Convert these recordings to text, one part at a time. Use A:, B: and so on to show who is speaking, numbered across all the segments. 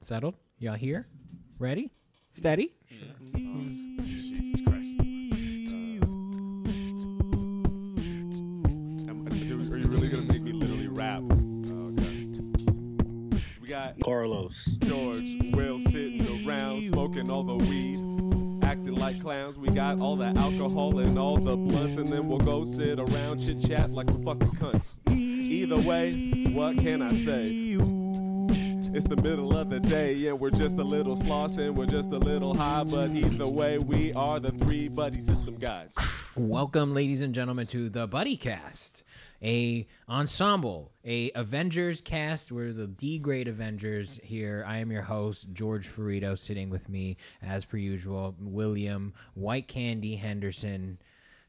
A: Settled? Y'all here? Ready? Steady?
B: Jesus Christ. Uh, am- do- are you really gonna make me literally rap? Oh, okay. We got
C: Carlos.
B: George, Will sitting around smoking all the weed, acting like clowns. We got all the alcohol and all the blunts, and then we'll go sit around chit chat like some fucking cunts. Either way, what can I say? It's the middle of the day, and we're just a little sloss and we're just a little high, but either way, we are the three buddy system guys.
A: Welcome, ladies and gentlemen, to the Buddy Cast, a ensemble, a Avengers cast. We're the D grade Avengers here. I am your host George Ferrito, sitting with me as per usual, William White Candy Henderson,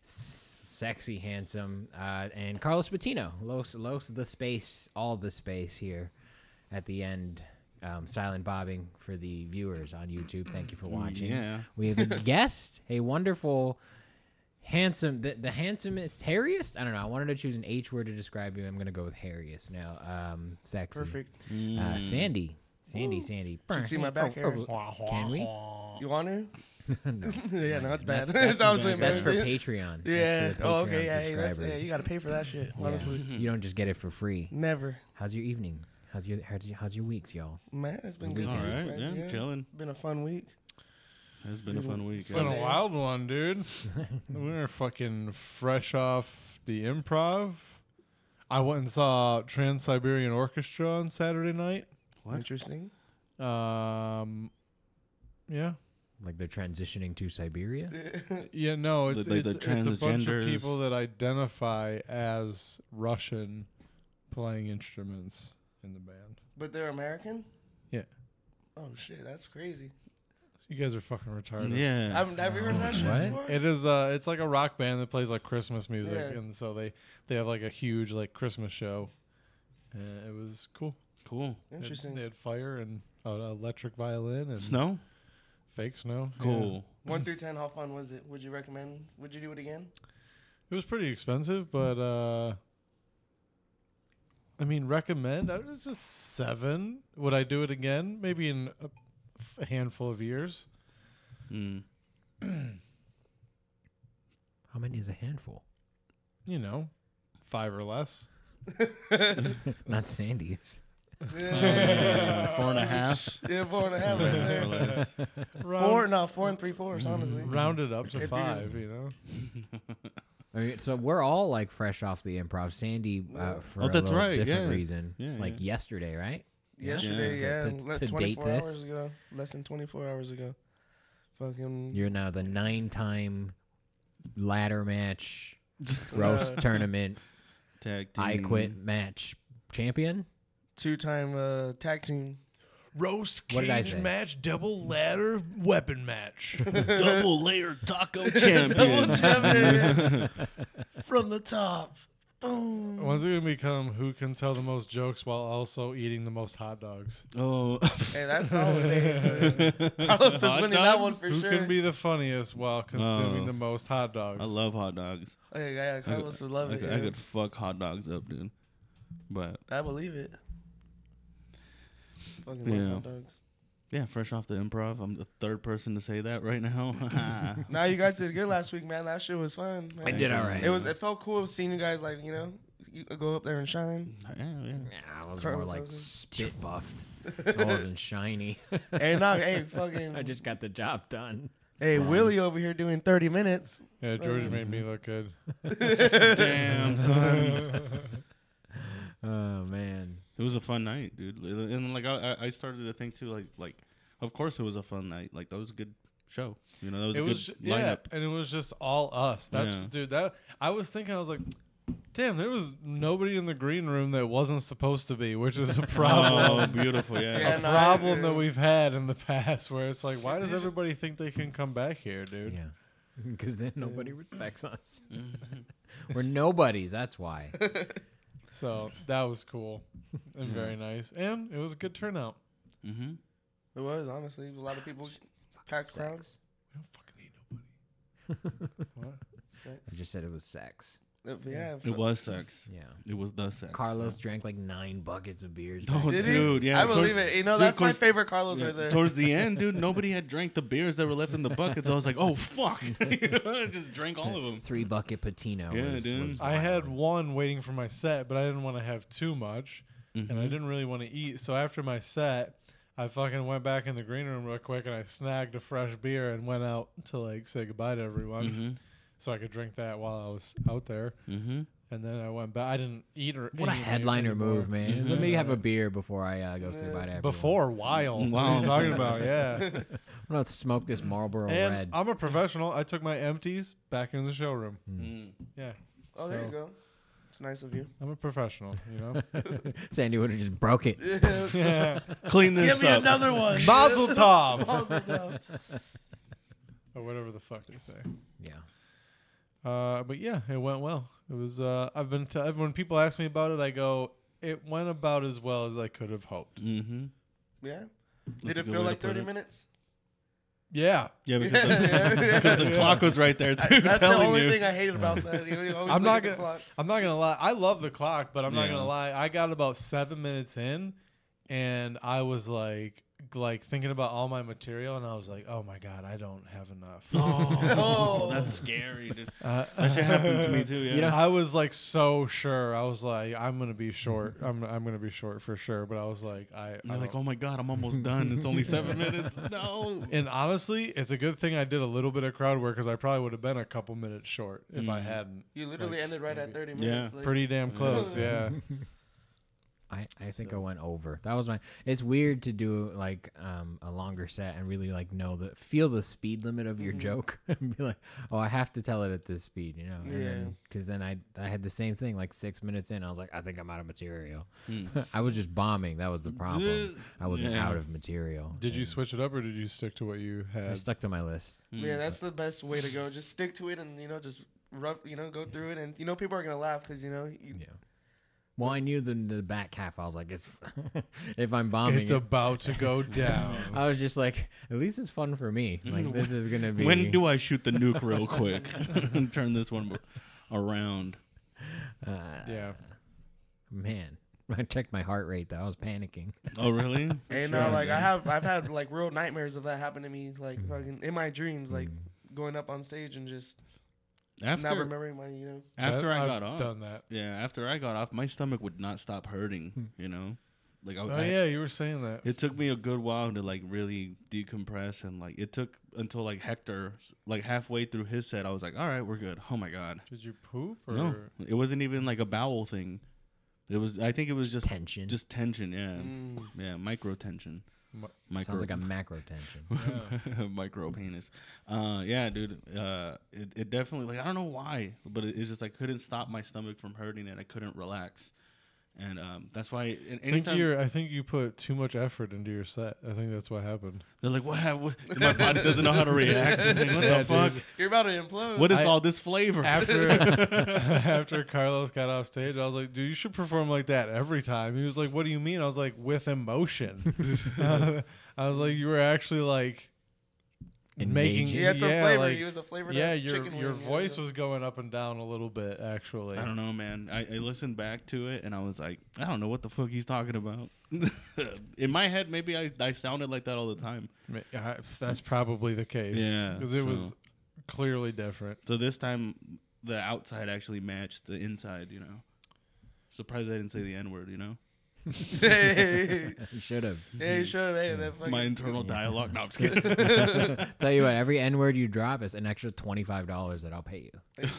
A: s- sexy handsome, uh, and Carlos Patino, Los Los the space, all the space here at the end. Um, silent bobbing for the viewers on YouTube. Thank you for watching.
C: yeah.
A: We have a guest, a wonderful handsome the, the handsomest hairiest i don't know i wanted to choose an h word to describe you i'm gonna go with hairiest now um sexy
D: Perfect.
A: uh, sandy sandy sandy Oh,
D: Should see my back hair.
A: can we
D: You want her?
A: no
D: yeah, no, that's bad.
A: that's,
D: That's,
A: that's,
D: honestly
A: that's for
D: embarrassing.
A: patreon
D: Yeah.
A: that's for the
D: Oh,
A: patreon
D: okay. Yeah, hey, that's,
A: subscribers
D: yeah. You gotta pay for that shit.
A: Yeah.
D: Honestly,
A: you don't just get it for free
D: never.
A: how's your evening how's your how's your, how's your weeks y'all
D: Man, it's been good.
C: All
D: week,
C: right,
D: man,
C: yeah, chilling.
D: Been a fun week.
C: It's been a fun week.
E: It's been
D: Yeah.
E: a wild one, dude. we were fucking fresh off the improv. I went and saw Trans Siberian Orchestra on Saturday night.
C: What?
D: Interesting.
E: Um, yeah,
A: like they're transitioning to siberia
E: yeah, no,
C: The-
E: it's
C: like
E: it's,
C: the
E: it's a bunch
C: transgenders.
E: of people that identify as Russian playing instruments in the band.
D: But they're American.
E: Yeah.
D: Oh shit, that's crazy.
E: You guys are fucking retarded.
C: Yeah.
D: I've never heard that shit
A: What?
D: before.
E: It is uh it's like a rock band that plays like Christmas music
D: Yeah.
E: and so they they have like a huge like Christmas show. And it was cool.
C: Cool.
E: They had-
D: Interesting.
E: They had fire and an electric violin and
C: Snow?
E: fake snow. yeah.
C: Cool.
D: One through ten, how fun was it? Would you recommend? Would you do it again?
E: It was pretty expensive, but uh I mean, recommend. I was just seven. Would I do it again? Maybe in a, a handful of years.
C: Mm.
A: how many is a handful
E: You know, five or less.
A: not sandy's
C: Uh, four and a half.
D: Yeah, four and a half right
C: More or
D: there.
C: less.
D: Four,
E: Round,
D: no, four and three fourths. Honestly,
E: rounded up
D: If
E: to
D: you-
E: five. You know.
A: I mean, so we're all like fresh off the improv. Sandy, uh, for a
C: Oh, that's
A: little
C: right,
A: different
C: yeah.
A: reason,
C: Yeah,
A: like
C: yeah.
A: yesterday, right?
D: yesterday,
A: Yeah.
D: yeah,
A: To- to-
D: le-
A: to date
D: 24
A: this.
D: hours ago, less than twenty-four hours ago. Fucking
A: You're now the nine-time ladder match,
D: uh,
A: roast tournament,
C: Tag team.
A: I quit match champion.
D: two-time uh, tag team.
E: Roast
A: What did I cage say?
E: match, double ladder weapon match.
C: Double layer taco champion.
D: from the top. Boom.
E: When's it gonna become who can tell the most jokes while also eating the most hot dogs?
C: oh.
D: Hey, that's solid. hey, uh, Carlos is
C: Hot
D: winning that one
C: dogs?
D: for
E: who
D: sure.
E: can be the funniest while consuming
C: Oh.
E: the most hot dogs?
C: I love hot dogs.
D: hey, Oh, yeah,
C: I could-
D: Carlos would love
C: I
D: it.
C: could,
D: yeah.
C: I could fuck hot dogs up, dude. But
D: I believe it. Fucking
C: Yeah.
D: love hot dogs.
C: yeah, fresh off the improv, I'm the third person to say that right now.
D: Nah, you guys did good last week, man. That shit was fun. Man.
A: I did all right.
D: It was. It felt cool seeing you guys like you know you go up there and shine.
C: Yeah, yeah.
A: Nah, I was more
D: Carlos
A: like
D: Housen.
A: spit buffed. I wasn't shiny.
D: hey, nah, hey, fucking.
A: I just got the job done.
D: hey, Willie over here doing thirty minutes.
E: Yeah, George made me look good.
C: Damn, son.
A: Oh man,
C: It was a fun night, dude. And like I, I- I started to think too, like like of course it was a fun night. Like that was a good show. You know, that was
E: it
C: a
E: was
C: good
E: ju- yeah,
C: lineup.
E: and it was just all us. That's
C: Yeah.
E: dude. That I was thinking, I was like, damn, there was nobody in the green room that wasn't supposed to be, which is a problem.
C: Oh, beautiful, yeah.
D: Yeah,
E: a
D: no, I
E: problem that
D: agree.
E: we've had in the past, where it's like, why does
D: usually-
E: everybody think they can come back here, dude?
A: yeah, because then nobody respects us.
C: Mm-hmm.
A: We're nobodies. That's why.
E: So that was cool and very nice. And it was a good turnout.
C: Mm-hmm.
D: It was honestly a lot of people. Packed crowd.
A: Sex.
E: We don't fucking need nobody.
A: I just said it was sex.
D: If we have.
C: It was sex.
A: Yeah.
C: It was the sex.
A: Carlos drank like nine buckets of beers.
C: No,
A: back-
D: Did he?
C: Oh, dude. Yeah,
D: I believe
C: towards-
D: it. You know,
C: dude,
D: that's my
C: towards-
D: favorite Carlos right
C: Yeah,
D: there.
C: towards the end, dude, nobody had drank the beers that were left in the buckets. I was like, oh fuck, You know, I just drank all of them.
A: Three bucket patino.
C: Yeah,
A: was,
C: dude.
A: was
E: I had
A: wild.
E: one waiting for my set, but I didn't want to have too much, and I didn't really want to eat. So after my set, I fucking went back in the green room real quick and I snagged a fresh beer and went out to like say goodbye to everyone, so I could drink that while I was out there.
C: Mm-hmm.
E: And then I went back. I didn't eat or
A: What a
E: anything
A: headliner
E: anymore.
A: move, man.
C: Mm-hmm.
A: Let me have a beer before I uh, go say bye to everyone.
E: Before, while. What are
C: Wow.
E: you talking about? Yeah.
A: I'm going to smoke this Marlboro
E: and
A: Red.
E: I'm a professional. I took my empties back in the showroom.
A: Mm.
D: Mm.
E: Yeah.
D: Oh, there you
E: So,
D: go. It's nice of you.
E: I'm a professional, you know?
C: Mm.
A: Sandy would have just broke it.
E: yeah.
C: Clean this
D: Give me
C: up.
D: another one.
E: Mazel tov!
D: Mazel tov.
E: or whatever the fuck they say.
A: Yeah.
E: Uh, but yeah, it went well. It was. Uh, I've been. T- when people ask me about it, I go, "It went about as well as I could have hoped."
C: Mm-hmm.
D: Yeah.
C: That's
D: Did
C: a
D: it
C: good
D: feel
C: way to
D: like
C: put
D: 30
C: it.
D: minutes?
E: Yeah,
C: Yeah, because
D: Yeah,
C: the,
D: yeah,
C: because the
D: yeah.
C: clock was right there too,
D: I- that's the
C: telling
D: only
C: you.
D: thing I hate about that. You always
E: I'm
D: look
E: not
D: at the
E: gonna-
D: clock.
E: I'm not gonna lie. I love the clock, but I'm not
C: Yeah.
E: gonna lie. I got about seven minutes in, and I was like, like thinking about all my material, and I was like, "Oh my god, I don't have enough."
C: oh, that's scary. Dude.
E: Uh,
C: That shit happened to me too. Yeah.
E: You know, I was like so sure. I was like, I'm gonna be short. I'm I'm gonna be short for sure. But I was like, I, I
C: and you're
E: don't-
C: like, oh my god, I'm almost done. It's only seven minutes. No.
E: And honestly, it's a good thing I did a little bit of crowd work because I probably would have been a couple minutes short if I
C: Mm.
E: hadn't.
D: You literally
E: Like,
D: ended right at
E: maybe-
D: 30
C: Yeah.
D: minutes. like-
E: Pretty damn close, yeah.
A: I, I think I went over. That was my. It's weird to do like um, a longer set and really like know the feel the speed limit of your
E: Mm-hmm.
A: joke and be like, oh, I have to tell it at this speed, you know? And then because then I I had the same thing like six minutes in. I was like, I think I'm out of material.
E: Hmm.
A: I was just bombing. That was the problem. I wasn't
C: Yeah.
A: out of material.
E: Did you
A: And
E: switch it up or did you stick to what you
A: I
E: had?
A: stuck to my list.
C: Hmm.
D: Yeah, that's the best way to go. Just stick to it and, you know, just rub, you know, go through it. And, you know, people are going to laugh because, you know, you,
A: Yeah. Well, I knew the the back half. I was like, it's if I'm bombing.
E: It's
A: it-
E: about to go down.
A: I was just like, at least it's fun for me. Like this is gonna be.
C: When do I shoot the nuke real quick and turn this one around?
A: Uh,
E: yeah.
A: Man, I checked my heart rate though. I was panicking.
C: Oh really?
D: And uh, like I have, I've had like real nightmares of that happen to me, like fucking in my dreams, like
A: Mm.
D: going up on stage and just not
C: After
D: remembering my, you know.
C: after I
E: I've
C: got off.
E: done that.
C: Yeah, after I got off, my stomach would not stop
E: Hmm.
C: hurting. You know, like I,
E: Oh
C: I-
E: yeah, you were saying that.
C: It took me a good while to like really decompress and like it took until like Hector like halfway through his set I was like, "All right, we're good." Oh my god.
E: Did you poop or
C: No. It wasn't even like a bowel thing. It was I think it was just
A: Tension.
C: just tension, yeah.
D: Mm.
C: Yeah, micro tension.
E: Mi-
C: Micro
A: Sounds like a macro tension.
C: micro penis. Uh yeah, dude. Uh it, it definitely like I don't know why, but it, it's just I couldn't stop my stomach from hurting and I couldn't relax. And um that's why and
E: I think
C: anytime
E: you're I think you put too much effort into your set. I think that's what happened.
C: they're like, "What have what, my body doesn't know how to react." I'm like, what
E: Yeah,
C: the
E: dude.
C: fuck?
D: You're about to implode.
C: What is
E: I-
C: all this flavor?
E: after after Carlos got off stage, I was like, "Dude, you should perform like that every time." He was like, "What do you mean?" I was like, "With emotion." I was like, "You were actually like making
A: Engaging.
D: You had some flavor.
E: like-
D: you was a flavor.
E: yeah,
D: to
E: your
D: chicken
E: your
D: wing, yeah,
E: voice
D: so-
E: was going up and down a little bit actually."
C: I don't know, man. I, I listened back to it and I was like, I don't know what the fuck he's talking about. In my head, maybe I, I sounded like that all the time.
E: Ma- I- That's probably the case.
C: Yeah,
E: because it was
C: so-
E: clearly different.
C: So this time, the outside actually matched the inside, you know. Surprised I didn't say the N word, you know?
D: hey,
A: You should have.
D: hey, sure, hey, that
C: My
D: fucking.
C: internal dialogue. No, I'm just kidding.
A: Tell you what, every N word you drop is an extra twenty five dollars that I'll pay you.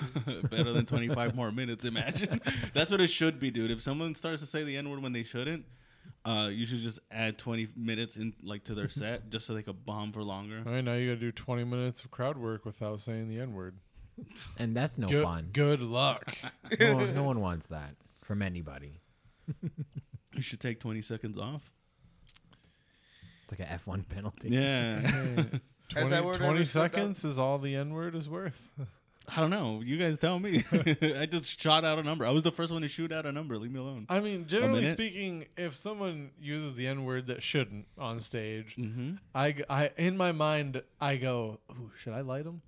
C: Better than 25 more minutes, imagine. That's what it should be, dude. If someone starts to say the N word when they shouldn't, uh, you should just add 20 minutes in like to their set just so they could bomb for longer.
E: All right, now you got to do 20 minutes of crowd work without saying the n word.
A: And that's no
E: Good,
A: fun.
E: good luck.
A: No, one- no one wants that from anybody.
C: You should take 20 seconds off.
A: It's like an F one penalty.
C: Yeah.
D: Has that
E: 20,
D: word
E: 20
D: ever slipped out?
E: seconds is all the n word is worth.
C: I don't know. You guys tell me. I just shot out a number. I was the first one to shoot out a number. Leave me alone.
E: I mean, generally
C: minute?
E: speaking, if someone uses the N word that shouldn't on stage,
C: Mm-hmm.
E: I, g- I- in my mind I go, "Ooh, should I light him?"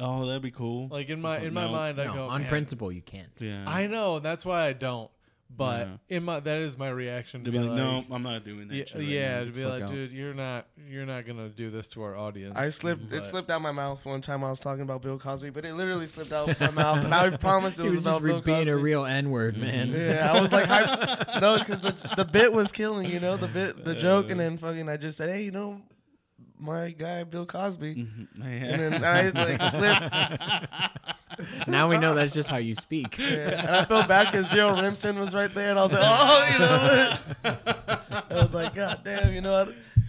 C: Oh, that'd be cool.
E: Like in my in my
C: No,
E: mind, I
A: no,
E: go
A: on
E: "Man,
A: principle, you can't.
C: yeah.
E: I know that's why I don't. But
C: Yeah.
E: in my that is my reaction to
C: They'd
E: be like,
C: no, I'm not doing that.
E: yeah,
C: shit right
E: yeah
C: now."
E: to be
A: fuck
E: like,
A: out.
E: dude, you're not you're not gonna do this to our audience.
D: I slipped. It
E: But-
D: slipped out my mouth one time. I was talking about Bill Cosby, but it literally slipped out my mouth. And I promised it
A: He
D: was,
A: was just
D: about
A: re-
D: Bill Cosby.
A: being a real N word, man.
D: yeah, I was like, I, no, because the the bit was killing. You know, the bit, the joke, and then fucking, I just said, hey, you know, my guy Bill Cosby,
C: Mhm.
D: and
C: Yeah.
D: then I like slipped.
A: now we know that's just how you speak.
D: Yeah, and I felt bad because Zero Rimson was right there, and I was like, oh, you know. I was like, God damn, you know. I,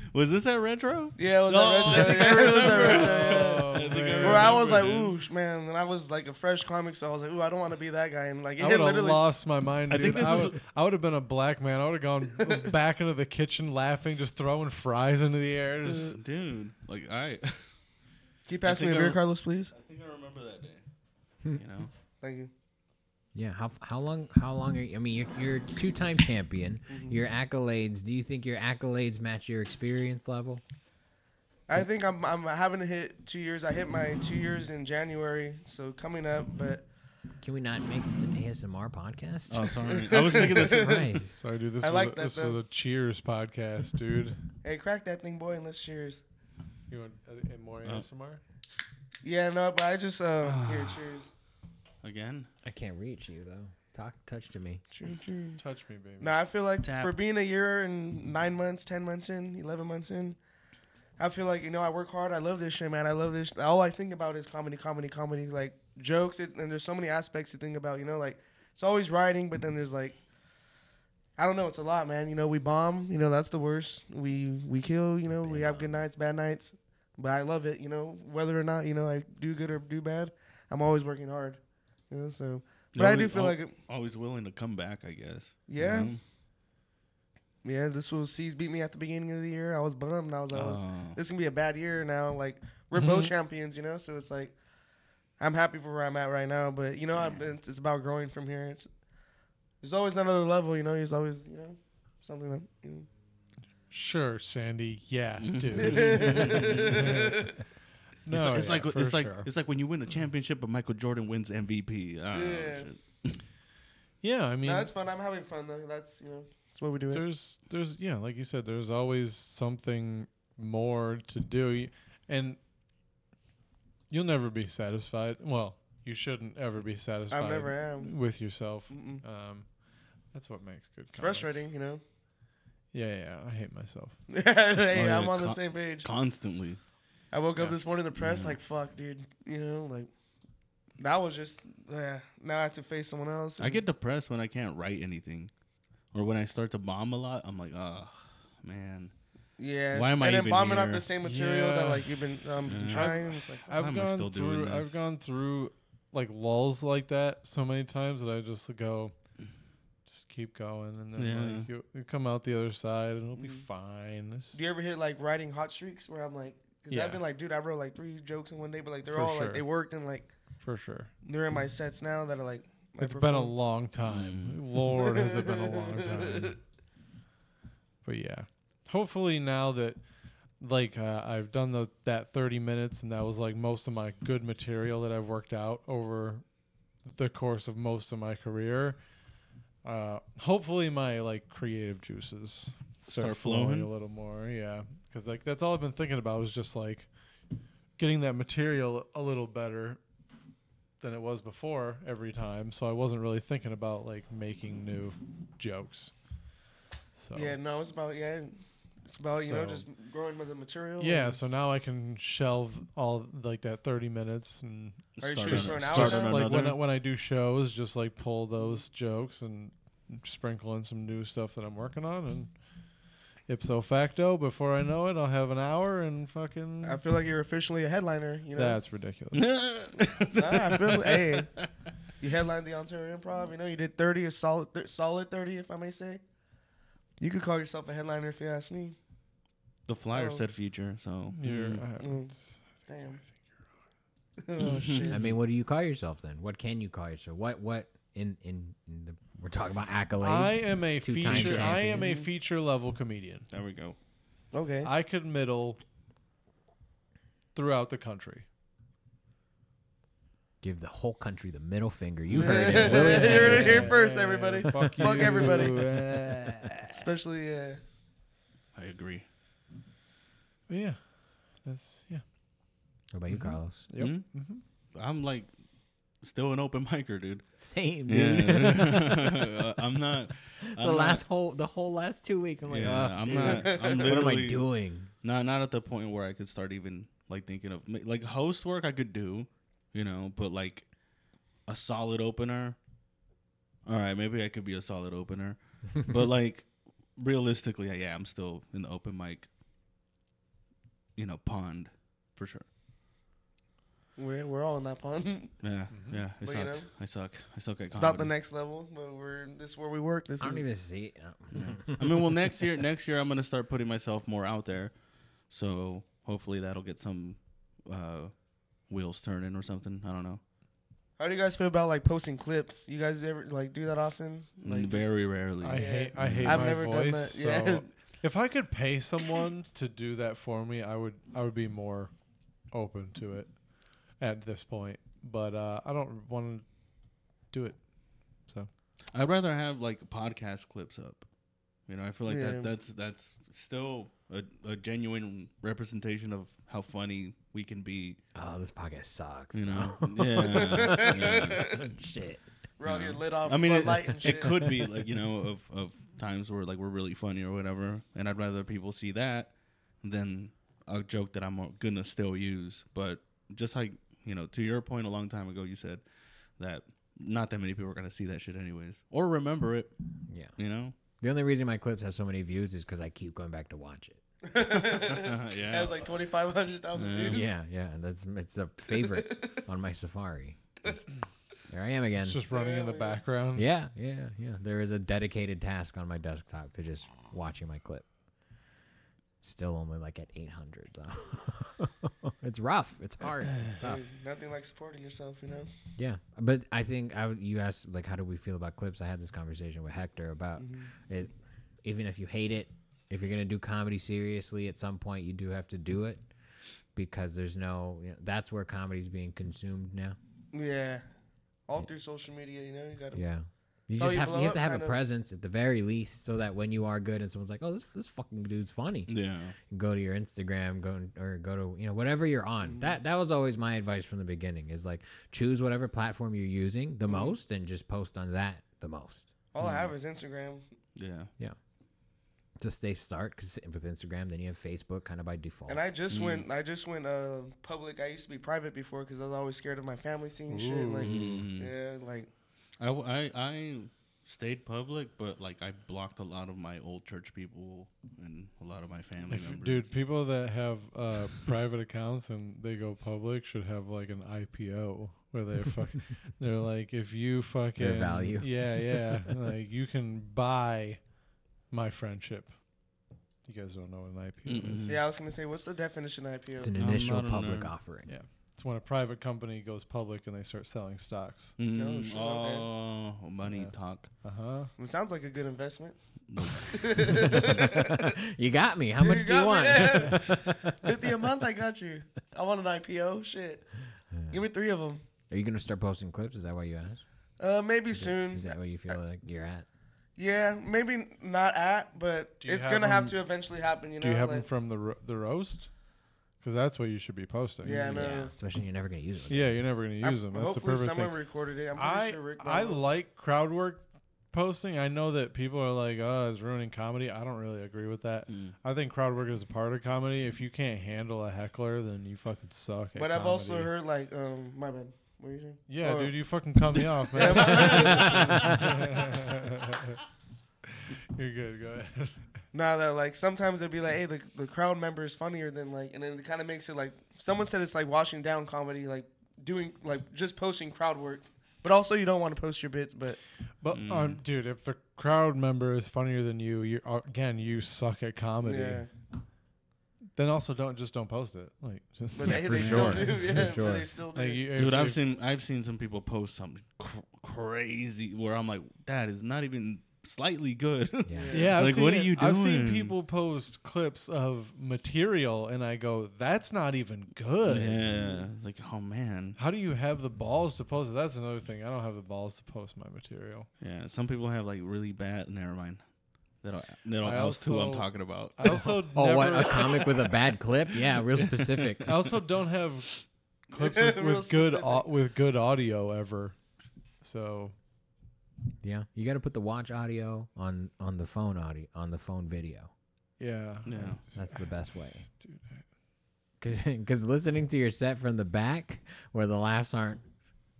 C: was this at retro?
D: yeah, it was
C: No,
D: that
C: I
D: retro.
C: think
D: yeah,
C: I
D: it was that
C: remember.
D: retro. yeah.
E: Oh,
C: I think I
E: man.
C: remember.
D: Where I was like,
C: dude.
D: ooh, man, and I was like a fresh comic, so I was like, ooh, I don't want to be that guy, and like it
E: I would have
D: literally.
E: lost my mind.
C: I
E: Dude. I
C: think this
E: I,
C: is-
E: would, I would have been a black man. I would have gone back into the kitchen laughing, just throwing fries into the air. Just,
C: Dude, like I,
D: Can you pass
C: I
D: me a
C: think I
D: beer,
C: re-
D: Carlos, please?
C: I think I remember that day. You know,
D: Thank you.
A: Yeah. How how long how long are you? I mean, you're you're two time champion.
D: Mm-hmm.
A: Your accolades. Do you think your accolades match your experience level?
D: I think I'm I'm having to hit two years. I hit my two years in January, so coming up. But
A: Can we not make this an ASMR podcast?
C: oh sorry, I was thinking this.
A: Christ.
E: sorry, dude. This,
D: I
E: was,
D: like
E: a,
D: that,
E: this was
D: though.
E: a Cheers podcast, dude.
D: hey, crack that thing, boy, and let's cheers.
E: You want uh, and more
C: Oh.
E: ASMR?
D: Yeah, no, but I just uh here, cheers.
C: Again,
A: I can't reach you though. Talk touch to me.
D: Cheers, cheers.
E: Touch me, baby.
D: No, I feel like
C: Tap.
D: for being a year and nine months, ten months in, eleven months in, I feel like you know I work hard. I love this shit, man. I love this. All I think about is comedy, comedy, comedy. Like jokes, it, and there's so many aspects to think about. You know, like it's always writing, but then there's like, I don't know, it's a lot, man. You know, we bomb. You know, that's the worst. We we kill. You know, we have good nights, bad nights, but I love it. You know, whether or not you know I do good or do bad, I'm always working hard. You know, so but I do
C: Always-
D: feel
C: al-
D: like it-
C: always willing to come back. I guess. you
D: yeah.
C: know?
D: Yeah, this was C's beat me at the beginning of the year. I was bummed. and I was like, "This-
C: Oh. Mm-hmm.
D: this is gonna be a bad year now. Like we're both champions, you know. So it's like I'm happy for where I'm at right now. But you know, I'm, it's it's about growing from here. It's there's always another level, you know. There's always you know something that you know.
E: Sure, Sandy. Yeah, dude.
C: It's,
E: no,
C: like- it's
E: yeah,
C: like
E: for
C: it's like
E: sure.
C: it's like when you win a championship, but Michael Jordan wins MVP. I don't know,
D: Yeah.
C: Ah, shit.
E: yeah. I mean,
D: No, that's fun. I'm having fun though. That's you know that's what we do.
E: there's there's yeah like you said there's always something more to do You- and you'll never be satisfied well you shouldn't ever be satisfied
D: I never am.
E: with yourself
D: Mm-mm.
E: um that's what makes good
D: It's
E: comics.
D: frustrating, you know.
E: yeah yeah i hate myself
D: hey,
C: Oh, yeah,
D: I'm on the
C: con- Mm-hmm.
D: same page.
C: constantly.
D: I woke up
E: Yeah.
D: this morning depressed, like fuck, dude. You know, like that was just yeah. Now I have to face someone else.
C: I
D: and-
C: get depressed when I can't write anything, or when I start to bomb a lot. I'm like, oh man,
D: Yeah.
C: Why
D: s-
C: am I
D: and then
C: even
D: bombing out
C: here?
D: the same material that
E: Yeah.
D: like you've been um,
C: Yeah.
D: trying. It's like
C: Why
E: i've
C: am I
E: gone
C: still doing
E: through
C: this?
E: i've gone through like lulls like that so many times that i just go just keep going and then
C: Yeah.
E: like you, you come out the other side and it'll be
D: Mhm.
E: fine This-
D: do you ever hit like writing hot streaks where I'm like, because
E: Yeah.
D: I've been like, dude, I wrote like three jokes in one day, but like they're
E: For
D: all
E: sure.
D: like they worked and like
E: for sure
D: they're in my sets now that are like. I
E: It's been a
D: perform.
E: long time.
C: Mm.
E: Lord, has it been a long time. But yeah, hopefully now that like uh, I've done the that 30 minutes and that was like most of my good material that I've worked out over the course of most of my career. Uh, hopefully my like creative juices start,
C: Start
E: flowing.
C: flowing?
E: a little more. Yeah, because like that's all I've been thinking about was just like getting that material a little better than it was before every time. So I wasn't really thinking about like making new jokes. So
D: Yeah, no, it's about yeah, it's about you know
E: So-
D: just growing with the material.
E: Yeah,
D: and-
E: so now I can shelve all like that 30 minutes and
D: Are you
C: Start
D: shooting
C: an-
D: for an hour
E: start
D: now?
E: like when I,
C: another.
E: when I do shows just like pull those jokes and sprinkle in some new stuff that I'm working on and ipso facto before I know it I'll have an hour and fucking
D: I feel like you're officially a headliner. You know,
E: that's ridiculous.
D: Nah, I feel hey, you headlined the Ontario Improv. You know, you did thirty, a solid, th- solid thirty, if I may say. You could call yourself a headliner if you ask me.
C: the flyer
D: Oh.
C: said future, so
E: You're, uh,
C: mm.
E: I-
D: Mm. Damn. oh shit.
A: I mean, what do you call yourself then? What can you call yourself? What what in in, in the we're talking about accolades.
E: I am a
A: Two-time
E: feature I am
A: champion.
E: a feature level comedian.
C: there we go.
D: Okay.
E: I could middle throughout the country.
A: Give the whole country the middle finger. You heard it. Willie
D: You're gonna
A: Anderson.
D: hear first, everybody.
E: Fuck,
D: Fuck
E: you.
D: everybody.
E: Uh,
D: Especially, uh,
C: I agree.
E: but yeah, that's yeah. Mm-hmm.
A: What about you, Carlos?
E: Yep.
D: Hmm?
C: Mhm. I'm like still an open micer, dude.
A: Same, dude.
C: Yeah. Uh, I'm not. I'm
A: the last whole the whole last two weeks, I'm
C: Not,
A: like,
C: yeah,
A: "Ugh,
C: I'm
A: dude,
C: not. I'm
A: what
C: literally
A: am I doing?
C: not not at the point where I could start even like thinking of ma- like host work. I could do, you know, but like a solid opener. All right, maybe I could be a solid opener, but like realistically, yeah, I'm still in the open mic, you know, pond for sure.
D: we're, we're all in that pond.
C: Yeah, yeah. I
D: But,
C: suck.
D: you know,
C: I suck. I suck at
D: It's about the
C: comedy.
D: next level, but we're this is where we work. This
A: I
D: is
A: don't even see.
C: I mean, well, next year, next year, I'm gonna start putting myself more out there, so hopefully that'll get some uh, wheels turning or something. I don't know.
D: How do you guys feel about like posting clips? You guys ever like do that often? Like just-
C: Very rarely.
E: I hate I hate
D: I've
E: my
D: never done
E: voice.
D: that.
E: So
D: Yeah.
E: if I could pay someone to do that for me, I would I would be more open to it at this point. But uh, I don't want to do it. So
C: I'd rather have like podcast clips up. You know, I feel like
D: Yeah.
C: that that's that's still a, a genuine representation of how funny we can be.
A: Oh, this podcast sucks.
C: You know, yeah. yeah.
A: Shit.
D: we're all here lit off.
C: I mean,
D: Bud
C: it,
D: Light and shit.
C: it could be like you know of of times where like we're really funny or whatever, and I'd rather people see that than a joke that I'm gonna still use. But just like you know, to your point, a long time ago, you said that not that many people are gonna see that shit anyways or remember it.
A: Yeah.
C: You know,
A: The only reason my clips have so many views is because I keep going back to watch it.
C: yeah.
D: That was like twenty five hundred thousand views.
A: Yeah, yeah, and that's it's a favorite on my Safari. Just- there I am again.
E: it's just running in the background.
A: yeah, yeah, yeah. There is a dedicated task on my desktop to just watching my clip. Still only like at 800 though. it's rough. It's hard. It's tough.
D: Dude, nothing like supporting yourself, you know.
A: Yeah, but I think I would, you asked like how do we feel about clips? I had this conversation with Hector about it. Even if you hate it, if you're gonna do comedy seriously, at some point you do have to do it because there's no. You know, that's where comedy's being consumed now.
D: Yeah. All through social media, you know, you got to.
A: Yeah. You
D: So
A: just
D: you
A: have you
D: blow
A: have to
D: up
A: have a
D: kind of-
A: presence at the very least, so that when you are good and someone's like, "Oh, this this fucking dude's funny,"
C: Yeah.
A: go to your Instagram, go or go to you know whatever you're on.
D: Mm.
A: That that was always my advice from the beginning is like choose whatever platform you're using
D: Mm.
A: the most and just post on that the most.
D: All I have is Instagram.
C: Yeah.
A: Yeah. Just they start because with Instagram, then you have Facebook kind of by default.
D: And I just went,
A: Mm.
D: I just went uh, public. I used to be private before because I was always scared of my family seeing shit. Like, yeah, like
C: I, w- I- I stayed public, but like I blocked a lot of my old church people and a lot of my family
E: If-
C: members.
E: dude, people that have uh, private accounts and they go public should have like an IPO where they're fucking, they're like, if you fucking
A: value.
E: yeah, yeah, like you can buy my friendship. You guys don't know what an IPO is.
D: yeah. I was gonna say, what's the definition of IPO?
A: Mm. it's an
C: I'm not
A: initial
C: an
A: public
C: nerd.
A: offering.
E: Yeah, it's when a private company goes public and they start selling stocks.
C: Mm,
D: shit,
C: oh, money
E: Yeah.
C: talk.
E: Uh huh.
D: It sounds like a good investment.
A: you got me. How much do you want?
D: Fifty a month, I got you. I want an IPO. Shit, give me three of them.
A: Are you gonna start posting clips? Is that why you asked?
D: Uh, maybe soon.
A: Is that where you feel like you're at?
D: Yeah, maybe not at, but
E: you
D: it's
E: have
D: gonna have
E: 'em-
D: to eventually happen. You know,
E: Do you have them
D: like,
E: from the ro- the roast? Because that's what you should be posting.
D: yeah, no.
A: Yeah, especially when you're never gonna use it.
E: Yeah, you're never gonna
D: I'm-
E: use them. That's the
D: hopefully,
E: perfect thing.
D: someone recorded it. I'm pretty
E: I
D: sure Rick.
E: I
D: Bobble-
E: like crowd work posting. I know that people are like, "Oh, it's ruining comedy." I don't really agree with that.
D: Mm.
E: I think crowd work is a part of comedy. If you can't handle a heckler, then you fucking suck. At
D: But I've also
E: comedy.
D: heard like, um, my bad. What were you saying?
E: Yeah,
D: Or-
E: dude, you fucking cut me off, man. You're good. Go ahead.
D: Nah, that like sometimes they'll be like, hey, the, the crowd member is funnier than like, and then it kind of makes it like someone said it's like washing down comedy, like doing like just posting crowd work, but also you don't want to post your bits, but
E: But
D: Mm.
E: um, dude, if the crowd member is funnier than you, you are again you suck at comedy.
D: yeah,
E: Then also don't just don't post it. Like, just,
D: but they,
A: for
D: they
A: sure.
D: still do,
A: For
D: yeah,
A: sure.
D: but they still do.
E: like you, if
C: Dude,
E: you-
C: I've seen I've seen some people post something cr- crazy where I'm like, that is not even slightly good.
A: Yeah.
E: Yeah, I've
C: Like,
E: seen
C: what are
E: it.
C: you
E: I've seen
C: doing?
E: people post clips of material, and I go, "That's not even good."
C: yeah. It's Like, oh man.
E: How do you have the balls to post? it? That's another thing. I don't have the balls to post my material.
C: Yeah. Some people have like really bad. Never mind. That'll that'll
E: I
C: oust who I'm
E: also-
C: talking about.
E: I also
A: Oh,
E: never,
A: what a comic with a bad clip? Yeah, real specific.
E: I also don't have clips with,
D: Real
E: with good au-
D: specific.
E: with good audio ever. So
A: Yeah, you got to put the watch audio on on the phone audio on the phone video.
E: yeah,
C: Yeah.
A: That's the best way.
E: Dude,
A: Because listening to your set from the back where the laughs aren't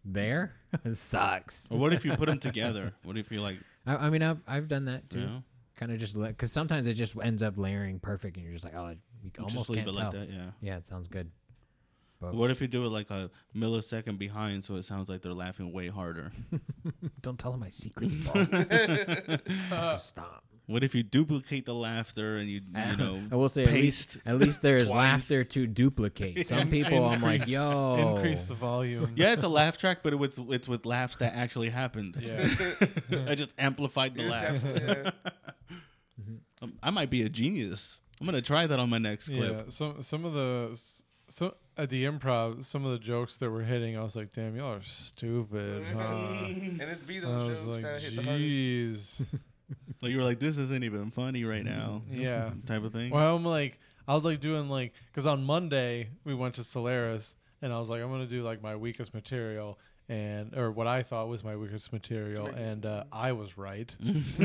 A: there sucks.
C: Or what if you put them together? What if you like,
A: I, I mean, I've I've done that too.
C: you know,
A: Kind of just because sometimes it just ends up layering perfect, and you're just like, oh, we almost
C: just leave
A: can't
C: it
A: tell.
C: like that? Yeah.
A: Yeah, it sounds good. But
C: What if you do it like a millisecond behind, so it sounds like they're laughing way harder?
A: don't tell them my secrets, Paul. Stop.
C: What if you duplicate the laughter and you, you know,
A: I will say at least,
C: paste
A: at least there is
C: twice.
A: laughter to duplicate. Some people, I'm like,
E: Increase-
A: yo,
E: increase the volume.
C: Yeah, it's a laugh track, but it was it's with laughs that actually happened.
E: Yeah.
C: I just amplified the
D: You just have
C: laughs.
D: to- yeah.
C: Um, I might be a genius. I'm gonna try that on my next
E: Yeah,
C: clip.
E: some some of the so at the improv, some of the jokes that were hitting, I was like, "Damn, y'all are stupid." Huh?
D: and it's be
E: I
D: those
E: was
D: jokes
E: like,
D: that hit the hardest.
E: "Jeez."
C: Like you were like, this isn't even funny right
A: Mm-hmm.
C: now.
E: Yeah.
C: type of thing.
E: well, I'm like, I was like doing like, because on Monday we went to Solaris, and I was like, I'm gonna do like my weakest material. And or what I thought was my weakest material, and
D: mm.
E: uh, I was right.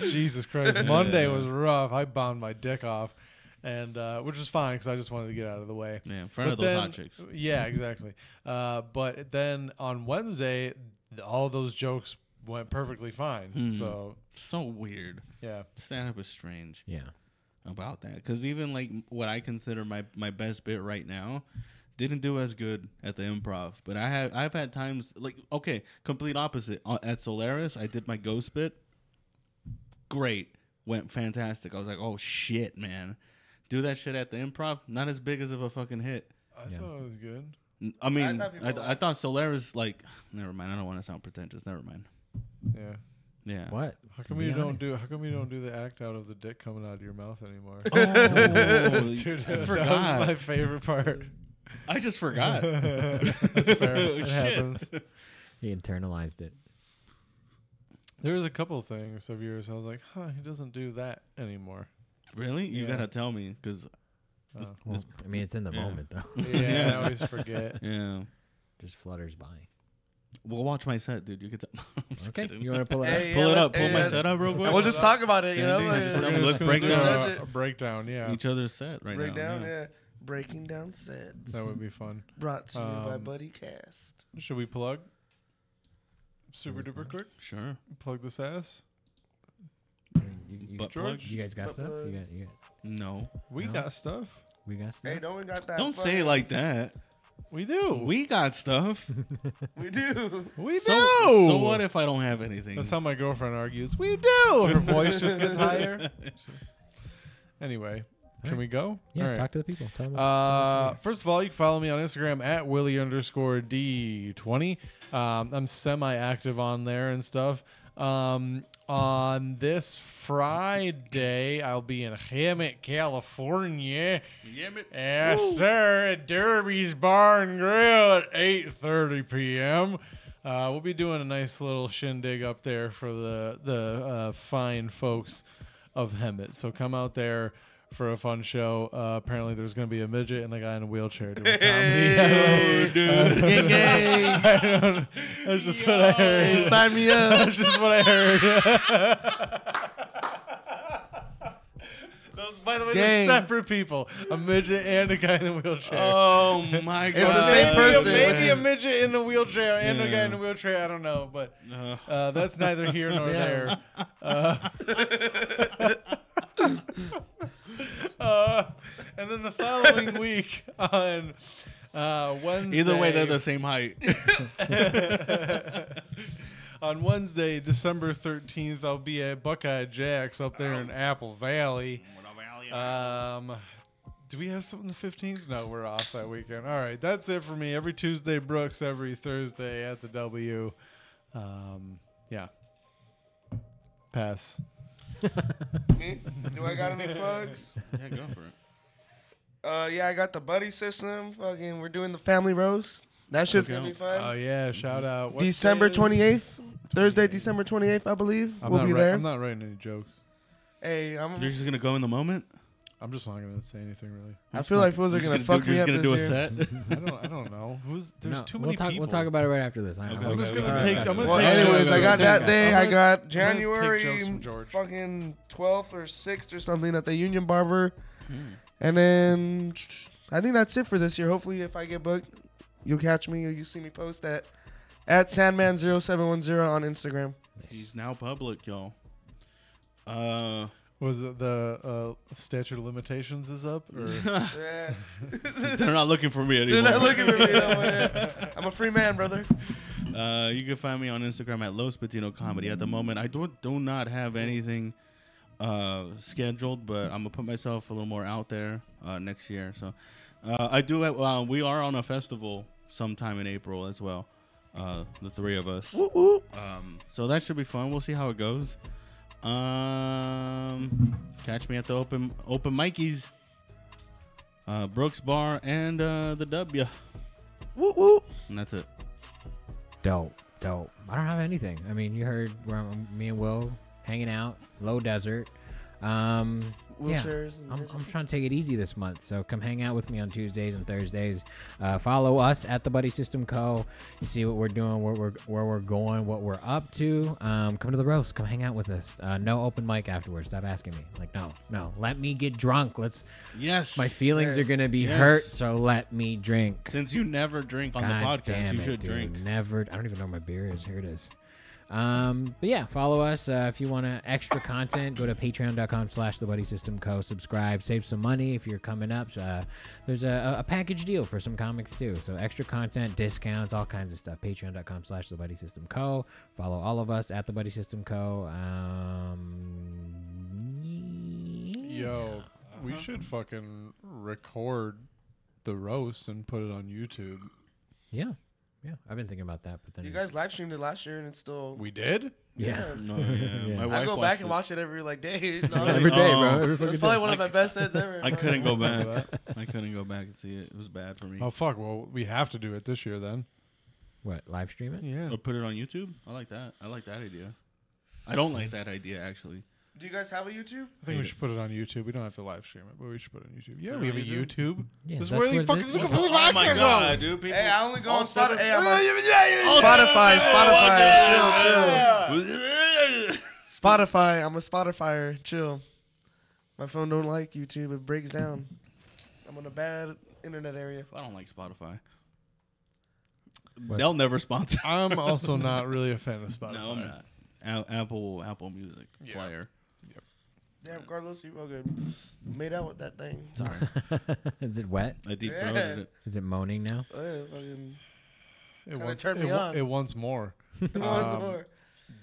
E: Jesus Christ, Monday was rough. I bombed my dick off, and uh, which is fine because I just wanted to get out of the way.
C: Yeah, in front of
E: But
C: those
E: then-
C: hot chicks.
E: Yeah, exactly. Uh, but then on Wednesday, th- all those jokes went perfectly fine.
C: Hmm.
E: So
C: So weird.
E: yeah,
C: Stand up is strange
A: yeah,
C: about that because even like what I consider my my best bit right now didn't do as good at the improv. But I have I've had times like okay, complete opposite Uh, at Solaris. I did my ghost bit. Great, went fantastic. I was like, oh shit, man, do that shit at the improv. Not as big as of a fucking hit.
E: I
A: Yeah.
E: thought it was good.
C: N- I mean, I,
D: thought people
C: th- I thought Solaris like never mind. I don't want to sound pretentious. Never mind.
E: Yeah.
C: Yeah.
A: what?
E: How
A: To
E: come
A: be
E: you don't
A: honest.
E: do? How come you don't do the act out of the dick coming out of your mouth anymore?
C: Oh,
E: Dude,
C: I
E: That was my
C: Oh, forgot.
E: favorite part.
C: I just forgot.
E: fair.
C: Oh,
E: It
C: shit.
E: happens.
A: He internalized it.
E: There was a couple things of yours. I was like, huh, he doesn't do that anymore.
C: Really? You
E: Yeah.
C: gotta tell me, cause
E: Oh.
A: Well, I mean, it's in the
C: yeah.
A: moment though.
E: yeah, I always forget.
C: yeah,
A: Just flutters by.
C: we'll watch my set, dude. You could. T- I'm just
A: Okay,
C: kidding.
A: you want to pull it
D: Hey,
A: up?
C: pull
D: yeah,
C: it
D: let-
C: up? Pull my
D: yeah.
C: set up real quick.
D: And we'll just talk about it, you know.
C: Sandy,
D: like-
C: just tell me-
E: We're
C: let's
E: just gonna
C: break
E: do
C: down
E: a- a breakdown. Yeah,
C: each other's set right
D: Break
C: now.
D: down,
C: yeah.
D: yeah. Breaking down sets.
E: that would be fun.
D: Brought to you by
E: Um,
D: Buddy Cast.
E: Should we plug? Super duper quick.
C: Sure.
E: Plug this ass.
A: You, you-
C: Butt plug?
E: George?
A: you guys got
D: Butt
A: stuff?
D: plug.
A: You got, you got,
C: No.
E: We
A: No.
E: got stuff.
A: we got stuff.
D: Hey, no one got that.
C: um, Don't
D: fun.
C: say it like that.
E: We do.
C: We got stuff.
D: we do.
E: we
C: so,
E: do.
C: so what if I don't have anything?
E: That's how my girlfriend argues. We do. Her voice just gets higher. Anyway, can we go?
A: yeah,
E: All right.
A: talk to the people. Tell 'em what-
E: Uh, first of all, you can follow me on Instagram at Willie underscore D20. Um, I'm semi active on there and stuff. Um, on this Friday, I'll be in Hammett, California.
C: Yeah, but-
E: Yes, sir. At Derby's Bar and Grill at 8:30 p.m. Uh, we'll be doing a nice little shindig up there for the the uh, fine folks of Hemet. So come out there for a fun show. Uh, apparently, there's going to be a midget and a guy in a wheelchair doing comedy.
C: dude.
E: Gang, gang. I don't- That's just what I heard. sign me up. That's just what I heard. Those, by the way, they're
D: Gang.
E: separate people. A midget and a guy in a wheelchair.
C: Oh my god.
D: It's the same
E: Maybe a-
D: person.
E: Maybe a midget in a wheelchair and a guy
C: Yeah.
E: in a wheelchair. I don't know, but
C: Uh,
E: uh, that's neither here nor
D: Yeah.
E: there. Uh, uh, and then the following week on uh, Wednesday.
C: either way, they're the same height.
E: on Wednesday, December 13th, I'll be at Buckeye Jack's up there in Apple Valley. Um, do we have something the 15th? No, we're off that weekend. All right, that's it for me. Every Tuesday, Brooks. Every Thursday at the W. Um, yeah, Pass.
D: Me? Do I got any plugs?
C: Yeah, go for it.
D: Uh, yeah, I got the buddy system. Fucking, we're doing the family roast. That shit's
C: Okay.
D: gonna be fun.
E: Oh yeah, shout out. What
D: December
E: day?
D: twenty eighth, Thursday, December twenty eighth, I believe.
E: I'm
D: we'll
E: not
D: be
E: wri-
D: there.
E: I'm not writing any jokes.
D: hey, I'm.
C: You're just gonna go in the moment.
E: I'm just not gonna say anything really.
D: I feel like fools are
C: You're
D: gonna,
C: just
D: fuck
C: do,
D: me
C: you're
D: up
C: just
D: this
C: gonna
D: year.
C: do a set.
E: I don't. I don't know. Who's there's
A: No,
E: too
A: we'll
E: many
A: talk,
E: people.
A: We'll talk about it right after this. I-
C: Okay.
A: I'm
C: I'm
E: just
A: okay.
E: gonna
A: We'll
E: take-
A: discuss
E: I'm gonna
A: it.
D: Well,
E: take-
D: anyways, I got
E: Take
D: that
E: jokes.
D: day.
E: I'm
D: I
E: gonna
D: got
E: take jokes from
D: January
E: George.
D: fucking 12th or 6th or something at the Union Barber. And then I think that's it for this year. Hopefully, if I get booked, you'll catch me. You see me post at, at Sandman0710 on Instagram.
C: He's now public, y'all. Uh,
E: Was it the uh, statute of limitations is up? Or
D: Yeah.
C: they're not looking for me anymore.
D: They're not looking for me. I'm a- I'm a free man, brother.
C: Uh, you can find me on Instagram at Los Patino Comedy. At the moment, I don't do not have anything uh, scheduled, but I'm gonna put myself a little more out there uh, next year. So uh, I do. have- Uh, we are on a festival sometime in April as well. Uh, the three of us. Um, so that should be fun. We'll see how it goes. Um, catch me at the open open Mikey's, uh, Brooks Bar, and uh, the W. And that's it.
A: Dope, dope. I don't have anything. I mean, you heard where I'm- me and Will hanging out, low desert. Um, yeah.
D: Wheelchairs and
A: I'm, I'm
D: bridges.
A: trying to take it easy this month, so come hang out with me on Tuesdays and Thursdays. Uh, follow us at the Buddy System Co. You see what we're doing, where we're where we're going, what we're up to. Um, come to the roast. Come hang out with us. Uh, no open mic afterwards. Stop asking me. Like no, no. Let me get drunk. Let's.
C: Yes.
A: My feelings are gonna be
C: Yes.
A: hurt, so let me drink.
C: Since you never drink on
A: God
C: the podcast,
A: damn
C: you
A: it,
C: should
A: dude.
C: drink.
A: Never. I don't even know where my beer is. Here it is. Um, but yeah, follow us uh, if you want to extra content. Go to patreon.com slash the buddy system co. Subscribe, save some money if you're coming up. Uh, there's a, a package deal for some comics too. So extra content, discounts, all kinds of stuff. Patreon.com slash the buddy system co. Follow all of us at the buddy system co. Um,
E: Yo, we should fucking record the roast and put it on YouTube.
A: yeah, yeah. I've been thinking about that, but then
D: You guys live streamed it last year and it's still.
E: We did.
A: yeah.
C: No, yeah.
A: Yeah.
C: My
A: I
C: wife
D: I go back
C: watched
D: and
C: it.
D: watch it every like day.
A: Every day,
C: Oh.
A: bro. Every
D: It's
A: fucking
D: probably
A: day.
D: one of my best sets ever.
C: I couldn't go back.
E: Remember that?
C: I couldn't go back and see it. It was bad for me.
E: Oh fuck! Well, we have to do it this year then.
A: What live stream it?
E: Yeah.
C: Or put it on YouTube. I like that. I like that idea. I don't like that idea actually.
D: Do you guys have a YouTube?
E: I think
C: Hate
E: we
C: it.
E: should put it on YouTube. We don't have to live stream it, but we should put it on YouTube. Yeah,
C: Put it
E: we
C: on
E: have a
C: YouTube?
E: YouTube.
A: Yeah,
E: This is
A: that's
E: where they
A: where
E: fucking
A: this
E: look
A: is.
E: at this
C: Oh my
E: podcast
C: god,
E: goes.
C: dude! People.
D: Hey, I only go
C: All
D: on Spotify.
C: seven-
D: Hey, I'm on Spotify,
C: Spotify,
D: Spotify,
C: chill, chill.
D: Spotify. I'm a Spotifyer. Chill. My phone don't like YouTube. It breaks down. I'm on a bad internet area.
C: I don't like Spotify. They'll never sponsor.
E: I'm also not really a fan of Spotify.
C: No, I'm not. A- Apple, Apple Music
E: Yeah.
C: player.
D: Damn, Carlos, you real good. Made out with that thing.
C: Sorry,
A: Is it wet?
C: I deep
D: Yeah.
C: throated it.
A: Is it moaning now?
D: Uh, fucking.
E: It
D: Kinda
E: wants,
D: turned
E: it,
D: me
E: wa-
D: on.
E: it wants more.
D: Come on, more.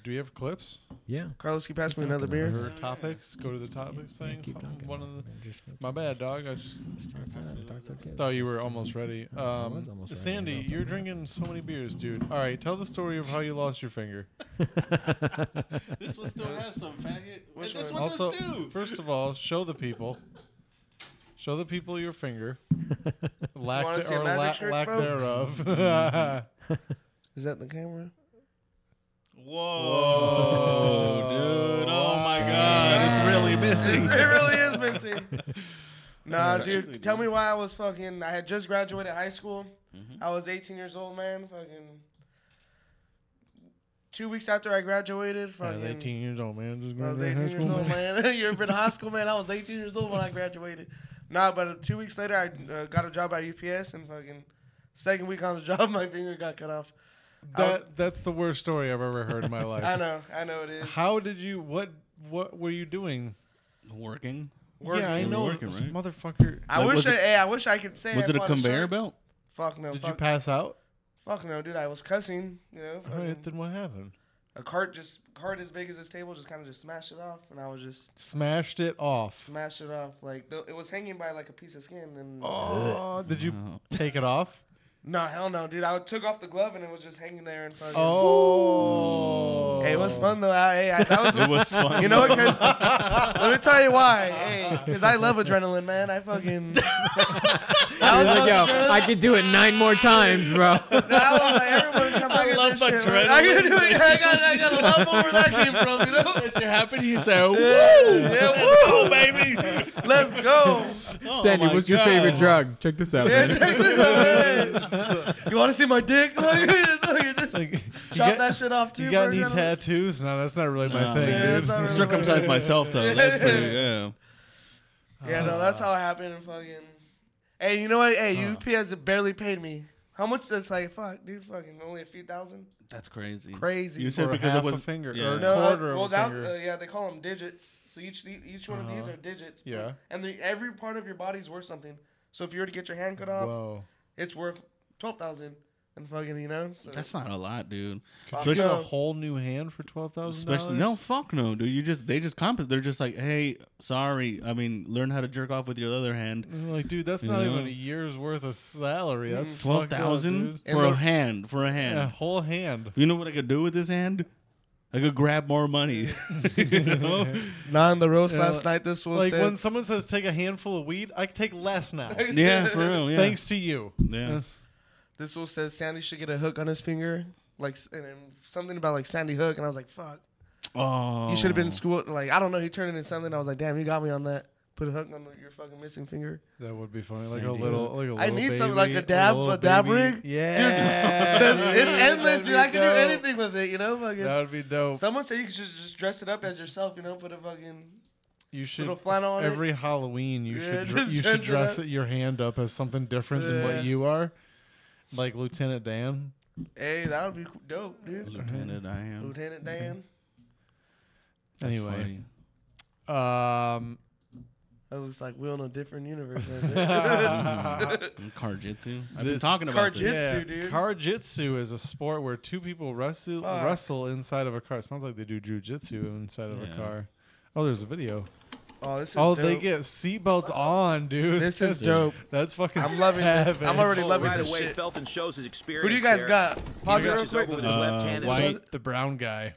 E: Do you have clips
A: Yeah.
D: Carlos, can you pass me another
A: talking
D: beer?
E: or topics? Go to the topics
A: Yeah,
E: thing.
A: keep
E: something,
A: talking.
E: one of the.
A: Just-
E: My bad, dog. I just
A: just talk to them, talk to them.
E: thought you were almost ready.
A: I
E: Um,
A: was almost ready,
E: Sandy,
A: that's
E: you're
A: all right.
E: drinking so many beers, dude. All right, tell the story of how you lost your finger.
C: This one still has some faggot.
D: Which
C: this one
D: one?
E: also,
C: does too.
E: first of all, show the people. Show the people your finger.
D: You wanna
E: Lack,
D: see
E: the,
D: a
E: or
D: magic
E: la-
D: trick,
E: lack
D: folks?
E: thereof.
D: Is that the camera?
C: Whoa, dude! Oh my god, it's really missing.
D: it really is missing. Nah,
C: That's
D: dude.
C: crazy,
D: Tell
C: dude.
D: me why I was fucking. I had just graduated high school.
C: Mm-hmm.
D: I was 18 years old, man. Fucking. Two weeks after I graduated,
E: I was
D: fucking.
E: 18 years old, man. Just
D: I was 18
E: graduated high
D: years
E: school,
D: old,
E: man.
D: man. you ever been to high school, man? I was 18 years old when I graduated. Nah, but two weeks later, I uh, got a job at UPS, and fucking second week on the job, my finger got cut off. I was-
E: That, that's the worst story I've ever heard in my life.
D: I know, I know it is.
E: How did you? What? What were you doing?
C: Working.
D: Working.
E: Yeah, I
C: You were
E: know,
C: working,
E: this
C: right?
E: motherfucker.
D: I
C: Like,
D: wish
C: was
D: I,
C: it-
D: hey, I wish I could say.
C: Was
D: I
C: it a
D: fought shark.
C: conveyor belt?
D: Fuck no.
E: Did you
D: fuck, Uh-uh.
E: pass out?
D: fuck no, dude. I was cussing. You know,
E: All right,
D: fucking-
E: then what happened?
D: a cart just cart as big as this table just kind of just smashed it off, and I was just
E: Smashed it off.
D: smashed it off like th- it was hanging by like a piece of skin, and
E: Oh, did you
C: Wow.
E: take it off?
D: No, hell no, dude. I took off the glove and it was just hanging there in front. of
E: Oh.
D: Hey, it was fun though. I, hey, I, that was,
C: It was fun.
D: You know what? Cause let me tell you why. Hey, because I love adrenaline, man. I fucking. I
A: I
D: was
A: was like,
D: like,
A: yo, I could do it nine more times, bro.
D: I was like, everyone come back at
C: love
D: this shit.
C: adrenaline.
D: Like, I can do it. I got, I got a lot more where that came from. You know.
C: That shit happened. He said, "Woo,
D: Yeah, woo,
C: baby."
D: Let's go.
C: Oh
A: Sandy,
C: my
A: what's your favorite
C: God.
A: drug? Check this out,
D: Yeah,
A: man.
D: check this out, man. You want to see my dick? Like, just
E: Like, you
D: chop
E: got,
D: that shit off too.
E: you got
D: bro.
E: any
D: Gotta-
E: tattoos? No, that's not really my
C: No,
E: thing.
C: dude.
D: Yeah,
E: dude.
D: it's not really
C: Circumcised myself though. That's pretty, yeah.
D: Yeah, no, that's how it happened. And fucking. Hey, you know what? Hey, UPS barely paid me. How much? That's like fuck, dude. Fucking only a few thousand.
C: That's crazy.
D: Crazy.
C: You
E: For
C: said because
E: half
C: it
E: a
C: was
E: finger,
C: Yeah.
E: or-
D: No,
E: Quarter
D: uh,
E: of
D: well,
E: a
D: that,
E: finger.
D: uh, yeah, they call them digits. So each each one of these
E: Uh-huh.
D: are digits.
E: Yeah.
D: And the, every part of your body's worth something. So if you were to get your hand cut off,
E: Whoa.
D: it's worth twelve thousand. And fucking, you know, so
C: That's not a lot, dude.
E: Could you
C: Especially,
E: get a
D: no.
E: whole new hand for twelve thousand
C: especially no, fuck no, dude. You just they just comp. They're just like, hey, sorry. I mean, learn how to jerk off with your other hand.
E: Like, dude, that's
C: You
E: not
C: know?
E: even a year's worth of salary.
D: Mm.
E: That's
C: Twelve
E: fucked up,
C: thousand
E: dude.
D: And
C: for a
D: the-
C: hand. For a hand.
E: Yeah, whole hand.
C: You know what I could do with this hand? I could grab more money. you know?
D: not on the roast
E: Yeah,
D: last night. This was
E: Like
D: said-
E: when someone says take a handful of weed, I can take less now.
C: Yeah, for real. Yeah.
E: Thanks to you.
C: Yeah.
E: That's-
D: this fool says Sandy should get a hook on his finger, like s- and, then something about like Sandy Hook, and I was like, "Fuck,
C: Oh,
D: you should have been in school." Like I don't know, he turned it into something. I was like, "Damn, you got me on that." Put a hook on your fucking missing finger.
E: That would be funny. Like a
C: Sandy
E: little, like a little
D: I need
E: baby,
D: something like a dab-
E: little
D: a dab
E: baby.
D: rig.
E: Yeah,
D: That-
E: dude,
D: it's endless,
E: that'd
D: dude.
E: be
D: I can do
E: dope.
D: anything with it, you know. Fucking.
E: That would be dope.
D: Someone said you could just, just dress it up as yourself, you know, put a fucking.
E: you should
D: little flannel on it.
E: every Halloween. You
D: Yeah,
E: should dr-
D: just
E: you
D: dress
E: should
D: it
E: dress
D: up.
E: it- your hand up as something different than
D: Yeah.
E: what you are, like Lieutenant Dan.
D: Hey, that would be coo- dope, dude.
C: Lieutenant, I am.
D: Lieutenant Dan.
C: That's
E: anyway,
C: funny.
E: um,
D: That looks like we're in a different universe. right there.
E: yeah,
C: And Karjitsu. I've been
E: This-
C: talking about this.
D: Karjitsu. dude.
E: Karjitsu is a sport where two people wrestle
D: Fuck.
E: wrestle inside of a car. sounds like they do jujitsu inside of
C: Yeah.
E: a car. Oh, there's a video.
D: oh, this is
E: Oh,
D: dope.
E: they get seatbelts on, dude.
D: this is dope.
E: That's fucking.
D: I'm loving this.
E: savage.
D: I'm already loving
F: Right
D: this
F: away,
D: shit.
F: Felton shows his experience.
D: Who do you guys
F: there.
D: got? Pause
F: He
D: it real
F: reaches
D: quick.
F: over with his
C: Uh,
F: left hand. and
C: white.
E: White, the brown guy.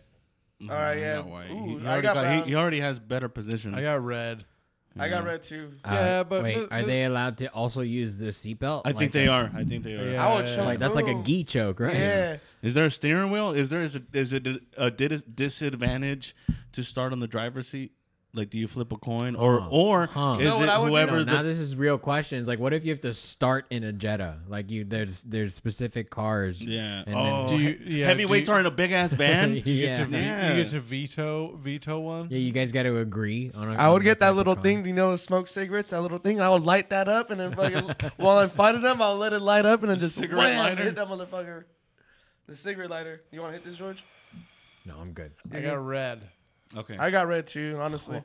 C: All
D: All right, yeah.
C: White.
D: Ooh,
C: he, he
D: I
C: already
D: got
C: got- he-
D: brown.
C: he already has better position.
E: I got red.
D: I got red too.
E: Yeah, but
A: Uh, wait,
E: th-
A: are
E: th-
A: they allowed to also use the seatbelt? uh,
C: I think they are. I think they are.
E: Yeah.
D: I would choke.
A: Like that's like a
D: Ooh.
A: gi choke, right?
D: Oh. Yeah.
C: Is there a steering wheel? Is there is it is it a, a dis- disadvantage to start on the driver's seat? Like, do you flip a coin, or
A: Huh.
C: or
A: Huh.
C: is
A: You know
D: what
C: it
D: I would do?
C: whoever
A: No, now
C: the
A: this is real questions. Like, what if you have to start in a Jetta? Like, you there's there's specific cars.
C: yeah?
A: And
C: oh,
A: then-
E: Do you-
C: he-
E: yeah, do
C: heavyweights
E: you-
C: are in a big ass van.
E: You get
A: yeah.
E: to ve-
C: Yeah.
E: you get to veto veto one.
A: Yeah, you guys got to agree on. a-
D: I
A: on
D: would get
A: type
D: that
A: of
D: little
A: car.
D: thing, you know, the smoke cigarettes, that little thing. I would light that up, and then fucking while I'm fighting them, I'll let it light up, and then just
C: Cigarette
D: wham,
C: lighter?
D: hit that motherfucker. The cigarette lighter. You want to hit this, George?
A: No, I'm good.
E: I got red.
C: Okay,
D: I got red too, honestly.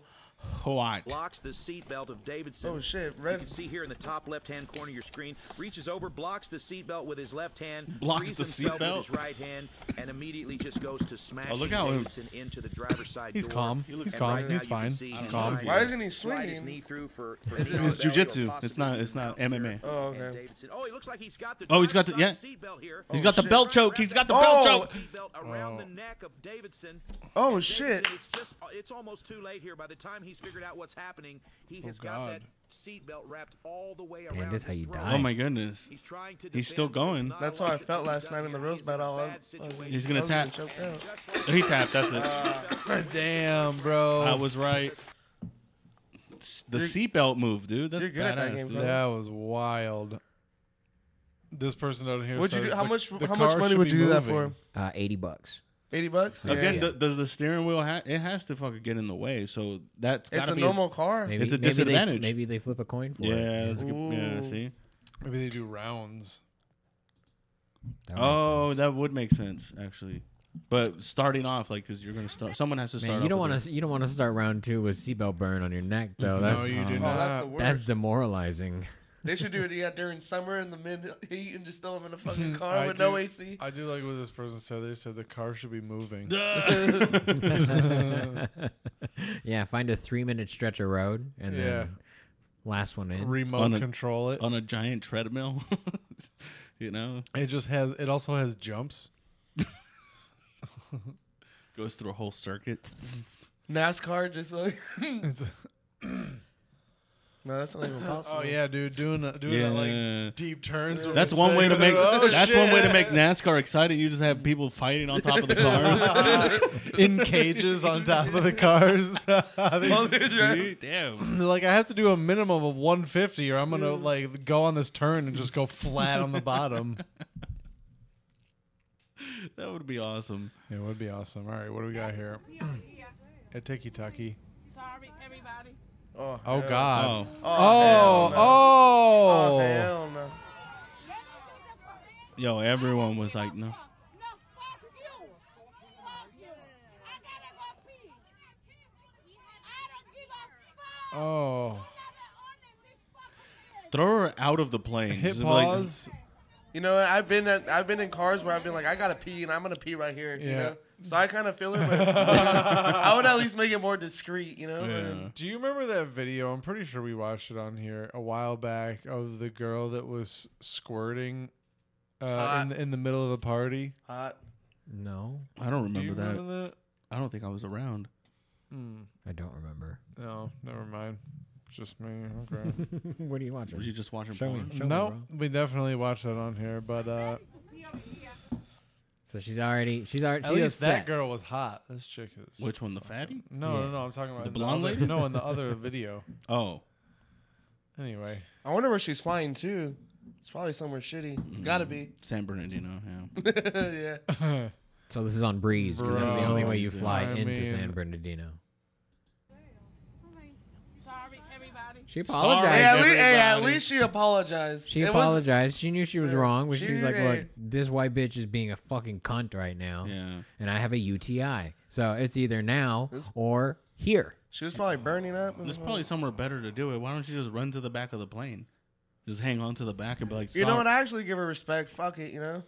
C: white.
F: Blocks the seatbelt of Davidson.
D: Oh shit,
F: You can
D: red.
F: see here in the top left-hand corner of your screen. Reaches over, blocks the seatbelt with his left hand,
C: Blocks
F: frees
C: the
F: himself
C: seatbelt? Oh,
F: with his right hand, and immediately just goes to smashing
C: out.
F: Davidson into the driver's side
E: He's
F: door.
E: calm. He looks
F: And
E: calm.
F: right now
E: He's
F: you can
E: fine.
F: see he's
C: I don't know.
F: trying to
D: Why isn't he
F: slide his
D: swinging?
F: knee through for, for
D: Is
F: knee
D: this-
F: on the
C: It's
F: belly or
C: jujitsu. It's
F: possibly
C: not-
F: even
C: it's not
F: out here.
C: MMA.
D: Oh, okay.
F: And Davidson. Oh, he looks like he's got the.
C: Oh, he's got
F: driver's
C: the-
F: side Seatbelt here.
C: He's got the
D: Oh, shit.
C: belt choke. He's got the
D: Oh.
C: belt choke. Oh.
F: Seatbelt around the neck of Davidson.
D: Oh
F: And
D: shit.
F: Davidson, It's just it's almost too late here. By the time he's figured out what's happening, he has got
E: God.
F: that seatbelt wrapped all the way around.
A: Man, that's
F: his
A: how you
F: throat.
A: die.
C: Oh my goodness.
F: He's trying to.
C: He's still
F: defend, but it's
C: going.
F: not
D: That's
F: a
D: how I
F: lot that
D: felt
F: can be
D: last
F: done
D: night in the
F: here. He
D: rose
F: is in a
D: battle. I-
F: bad situation.
C: He's gonna
D: I was getting
C: tap.
D: choked out.
C: Oh, He tapped. That's it.
E: Damn, bro.
C: I was right. It's The seatbelt move, dude. That's
D: you're good at that
C: badass,
D: game,
C: dude.
D: bro.
E: That was wild. This person out here.
D: Would you
E: says
D: do? How
E: the-
D: much?
E: the
D: How much
E: car
D: money
E: should
D: would
E: be
D: you do that for?
E: moving.
A: Uh, Eighty bucks.
D: Eighty bucks. Yeah.
C: Again,
A: Yeah.
C: th- does the steering wheel? Ha- it has to fucking get in the way. So that's
D: it's
C: gotta
D: a
C: be
D: normal car.
A: Maybe,
C: It's a
A: maybe They,
C: disadvantage.
A: f- maybe they flip a coin for
C: yeah,
A: it.
C: that's a good- yeah.
D: Ooh.
C: See.
E: Maybe they do rounds.
A: That makes
C: Oh,
A: sense.
C: that would make sense actually. But starting off, like, because you're gonna start. Someone has to start.
A: man, you
C: off
A: don't
C: with
A: want
C: it.
A: to. You don't want to start round two with seatbelt burn on your neck, though. That's
E: no, you do
A: oh,
D: Oh, that's the
E: not.
D: worst.
A: That's demoralizing.
D: They should do it yeah, during summer in the mid heat and just throw them in a fucking car
E: I
D: with
E: do-
D: no AC.
E: I do like what this person said. They said the car should be moving.
A: yeah, find a three-minute stretch of road and
E: Yeah.
A: then last one in.
E: Remote
C: On a-
E: control it.
C: on a giant treadmill. You know,
E: It just has. It also has jumps.
C: goes through a whole circuit.
D: NASCAR just like
E: It's-
D: no, that's not even possible.
E: oh yeah, dude, doing a, doing a, like deep turns. from
C: That's
E: the
C: one
E: side.
C: way to make
E: Oh,
C: that's one way to
E: shit.
C: make NASCAR exciting. You just have people fighting on top of the cars.
E: in cages on top of the cars. They-
C: See? Damn.
E: They're like I have to do a minimum of 150, or I'm gonna like go on this turn and just go flat on the bottom.
C: That would be awesome.
E: It would be awesome. All right, what do we got here? A tiki taki.
G: Sorry, everybody.
D: Oh,
E: Oh
D: hell.
E: God.
C: Oh.
D: Oh,
E: Oh
D: hell no.
E: oh.
D: Oh, hell no.
C: Yo, everyone was like, no.
G: No, fuck you. Fuck you. I gotta go pee. I don't give a fuck.
E: Oh.
C: Throw her out of the plane.
E: Hit
C: Just be like-
E: pause.
D: You know, I've been at, I've been in cars where I've been like, I gotta pee, and I'm gonna pee right here. You
E: Yeah.
D: know, so I kind of feel her, but I would at least make it more discreet. You know,
C: Yeah.
E: Do you remember that video? I'm pretty sure we watched it on here a while back of the girl that was squirting uh,
D: Hot.
E: in, the, in the middle of a party.
D: hot.
A: No,
C: I don't
E: Do you
C: remember that.
E: remember that?
C: I don't think I was around.
A: I don't remember.
E: Hmm. No, never mind. It's Just me. Okay.
A: what are you watching?
C: Were you just watching
A: Show me.
C: porn?
A: Show me,
E: no,
A: bro.
E: we definitely watched that on here, but uh,
A: So she's already she's already
E: at
A: she's
E: least that
A: upset.
E: girl was hot. This chick is.
C: Which one, the fatty?
E: No, no, no. I'm talking about
C: The
E: in
C: blonde
E: other-
C: lady?
E: No, in the other video.
C: Oh,
E: Anyway,
D: I wonder where she's flying to. It's probably somewhere shitty. It's gotta be.
C: San Bernardino. Yeah.
D: yeah.
A: So this is on Breeze because that's the
E: Bro,
A: only way you fly
E: I
A: into
E: mean-
A: San Bernardino.
G: Sorry, everybody.
A: She
C: Sorry,
A: apologized.
D: Hey, at,
C: every-
D: lea- hey, at
C: everybody.
D: least she apologized.
A: She
D: It was-
A: apologized. She knew she was wrong, but she, was
D: she-
A: like, "Look,
D: hey.
A: this white bitch is being a fucking cunt right now,
C: yeah.
A: and I have a UTI, so it's either now or here."
D: She was probably burning up.
C: There's probably somewhere better to do it. Why don't you just run to the back of the plane? Just hang on to the back and be like,
D: You know
C: "Sorry."
D: what? I actually give her respect. Fuck it, you know.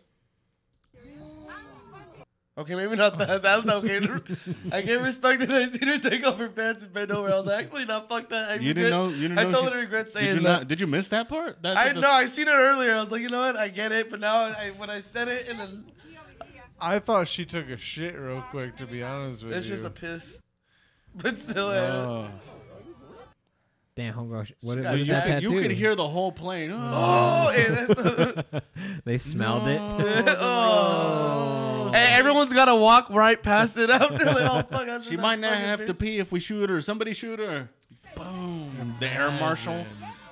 D: Okay, maybe not that. That's not okay. I gave respect that I seen her take off her pants and bend over. I was like, actually not. Fuck that. I
C: You
D: regret-
C: didn't know. You didn't
D: I
C: know
D: totally
C: she-
D: regret
C: Did
D: saying
C: you
D: that.
C: not? Did you miss that part? That,
D: I
C: that-
D: know. I seen it earlier. I was like, you know what? I get it. But now, I, when I said it, and then
E: I thought she took a shit real quick. To be honest with
D: it's
E: you,
D: just a piss. But still, eh. I-
C: Oh.
A: Damn, homegirl. sh- What, what
D: got
A: is
C: You,
A: that
C: could-
A: tattoo?
C: you could hear the whole plane. Oh,
D: oh, hey, that's the-
A: they smelled it.
D: oh. Hey, everyone's gotta walk right past it after. Like, oh fuck, I
C: she
D: said that
C: might not
D: fucking
C: have to
D: bitch.
C: pee if we shoot her. Somebody shoot her. Boom. The air marshal.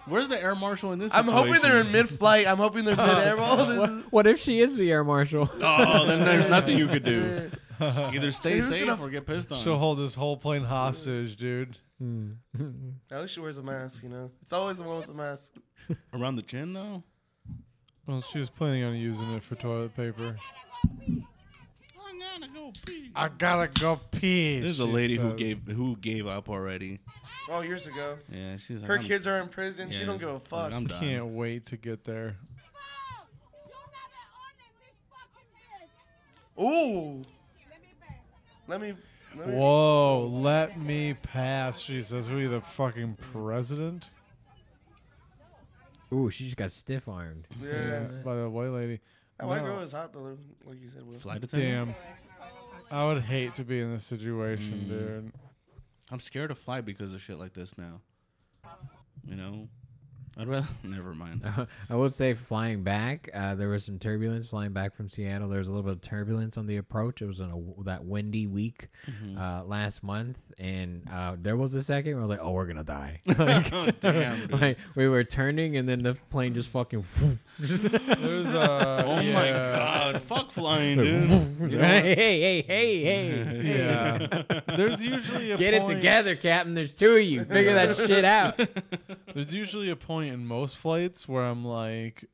C: Where's the air marshal in this?
D: I'm hoping they're in
C: situation?
D: mid-flight. I'm hoping they're mid-air. Oh, this is-
A: What if she is the air marshal?
C: Oh, then there's nothing you could do. Either stay
D: She's
C: safe
D: gonna-
C: or get pissed on.
E: She'll hold this whole plane hostage, dude.
D: At least she wears a mask, you know. It's always the one with the mask.
C: Around the chin though.
E: Well, she was planning on using it for toilet paper. I gotta go pee.
C: Ah, There's a
E: she
C: lady who
E: says.
C: gave who gave up already.
D: Oh, years ago.
C: Yeah, she's like,
D: Her
C: I'm-
D: kids are in prison.
C: yeah,
D: she don't give a fuck.
C: like, I'm done.
E: Can't wait to get there.
D: Ooh. Let me. Let me
E: Whoa, let me pass. She says, "We the fucking president."
A: Ooh, she just got stiff armed.
D: yeah.
E: By the white lady.
D: That white
E: No.
D: girl is hot though, like you said. Will.
C: Flight attendant.
E: Damn. I would hate to be in this situation, dude.
C: I'm scared to fly because of shit like this now. You know, I'd rather. Never mind.
A: I will say, flying back, uh, there was some turbulence flying back from Seattle. There was a little bit of turbulence on the approach. It was on a, that windy week
C: Mm-hmm.
A: uh, last month, and uh, there was a second where I was like, "Oh, we're gonna die!" Like,
C: oh, damn, dude.
A: like, we were turning, and then the plane just fucking. just-
E: There's uh, a.
C: Oh my god, fuck flying, dude.
A: hey, hey, hey, hey, hey!
E: Yeah. There's usually a
A: Get it
E: point-
A: together, Captain. There's two of you. Figure that shit out.
E: There's usually a point in most flights where I'm like,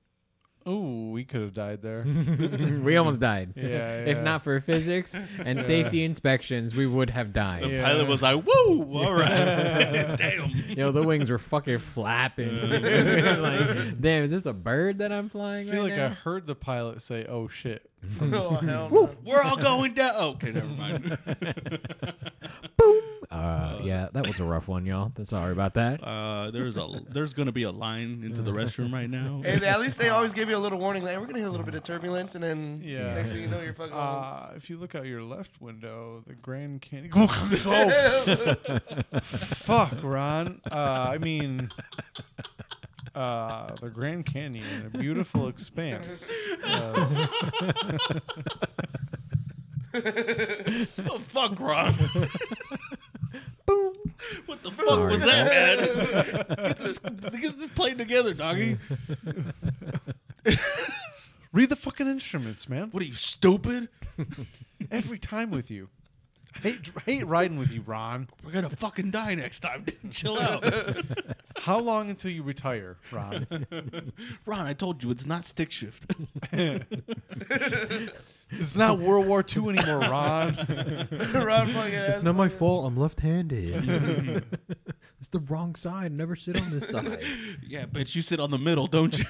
E: "Ooh, we could have died there."
A: we almost died.
E: Yeah,
A: if
E: yeah.
A: not for physics and safety inspections, we would have died.
C: The
E: Yeah.
C: pilot was like, "Woo, all right, damn."
A: Yo, the wings were fucking flapping. dude. like, damn, is this a bird that I'm flying
E: I feel
A: right
E: like I
A: now?
E: heard the pilot say, "Oh shit."
D: Oh hell no.
C: Oh, We're all going down. Okay, never mind.
A: Uh, yeah, that was a rough one, y'all. That's sorry about that.
C: Uh, there's a there's gonna be a line into the restroom right now.
D: And at least they always give you a little warning, like we're gonna hit a little bit of turbulence, and then
E: Yeah.
D: next thing you know, you're fucking. home.
E: Uh, if you look out your left window, the Grand Canyon. oh, fuck, Ron. Uh, I mean, uh, the Grand Canyon, a beautiful expanse. Uh,
C: oh, fuck, Ron. Boom. What the fuck was that, man? Get this, get this plane together, doggy.
E: read the fucking instruments, man.
C: What are you, stupid?
E: Every time with you. Hate, hate riding with you, Ron.
C: We're gonna fucking die next time. Chill out.
E: How long until you retire, Ron?
C: Ron, I told you it's not stick shift.
E: It's not World War II anymore, Ron.
D: Ron fucking ass.
H: It's not my fault. I'm left-handed. it's the wrong side. Never sit on this side.
C: yeah, but you sit on the middle, don't you?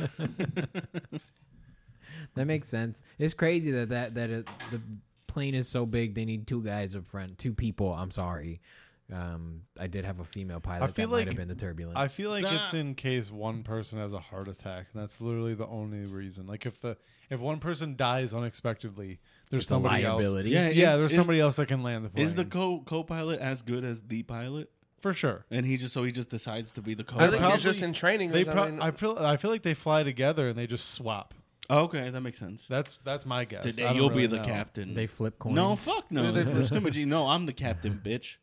A: That makes sense. It's crazy that that that it, the plane is so big. They need two guys up front, two people. I'm sorry. Um, I did have a female pilot.
E: feel
A: that might
E: like-
A: have been the turbulence.
E: I feel like it's in case one person has a heart attack, and that's literally the only reason. Like if the if one person dies unexpectedly, there's
A: it's a
E: somebody else.
A: liability.
C: Yeah.
E: Yeah,
C: Is-
E: there's
C: is-
E: somebody else that can land the plane.
C: Is the co co pilot as good as the pilot?
E: for sure?
C: And he just so he just decides to be the co
D: I think
E: probably-
C: pilot.
D: he's just in training. or
E: They pro- I,
D: something.
E: feel I feel like they fly together and they just swap.
C: Okay, that makes sense.
E: That's that's my guess. I
C: Today
E: don't
C: you'll be
E: really
C: the
E: know.
C: captain.
A: They flip coins.
C: no, fuck no.
D: They- they-
C: Stumiji, e, no, I'm the captain, bitch.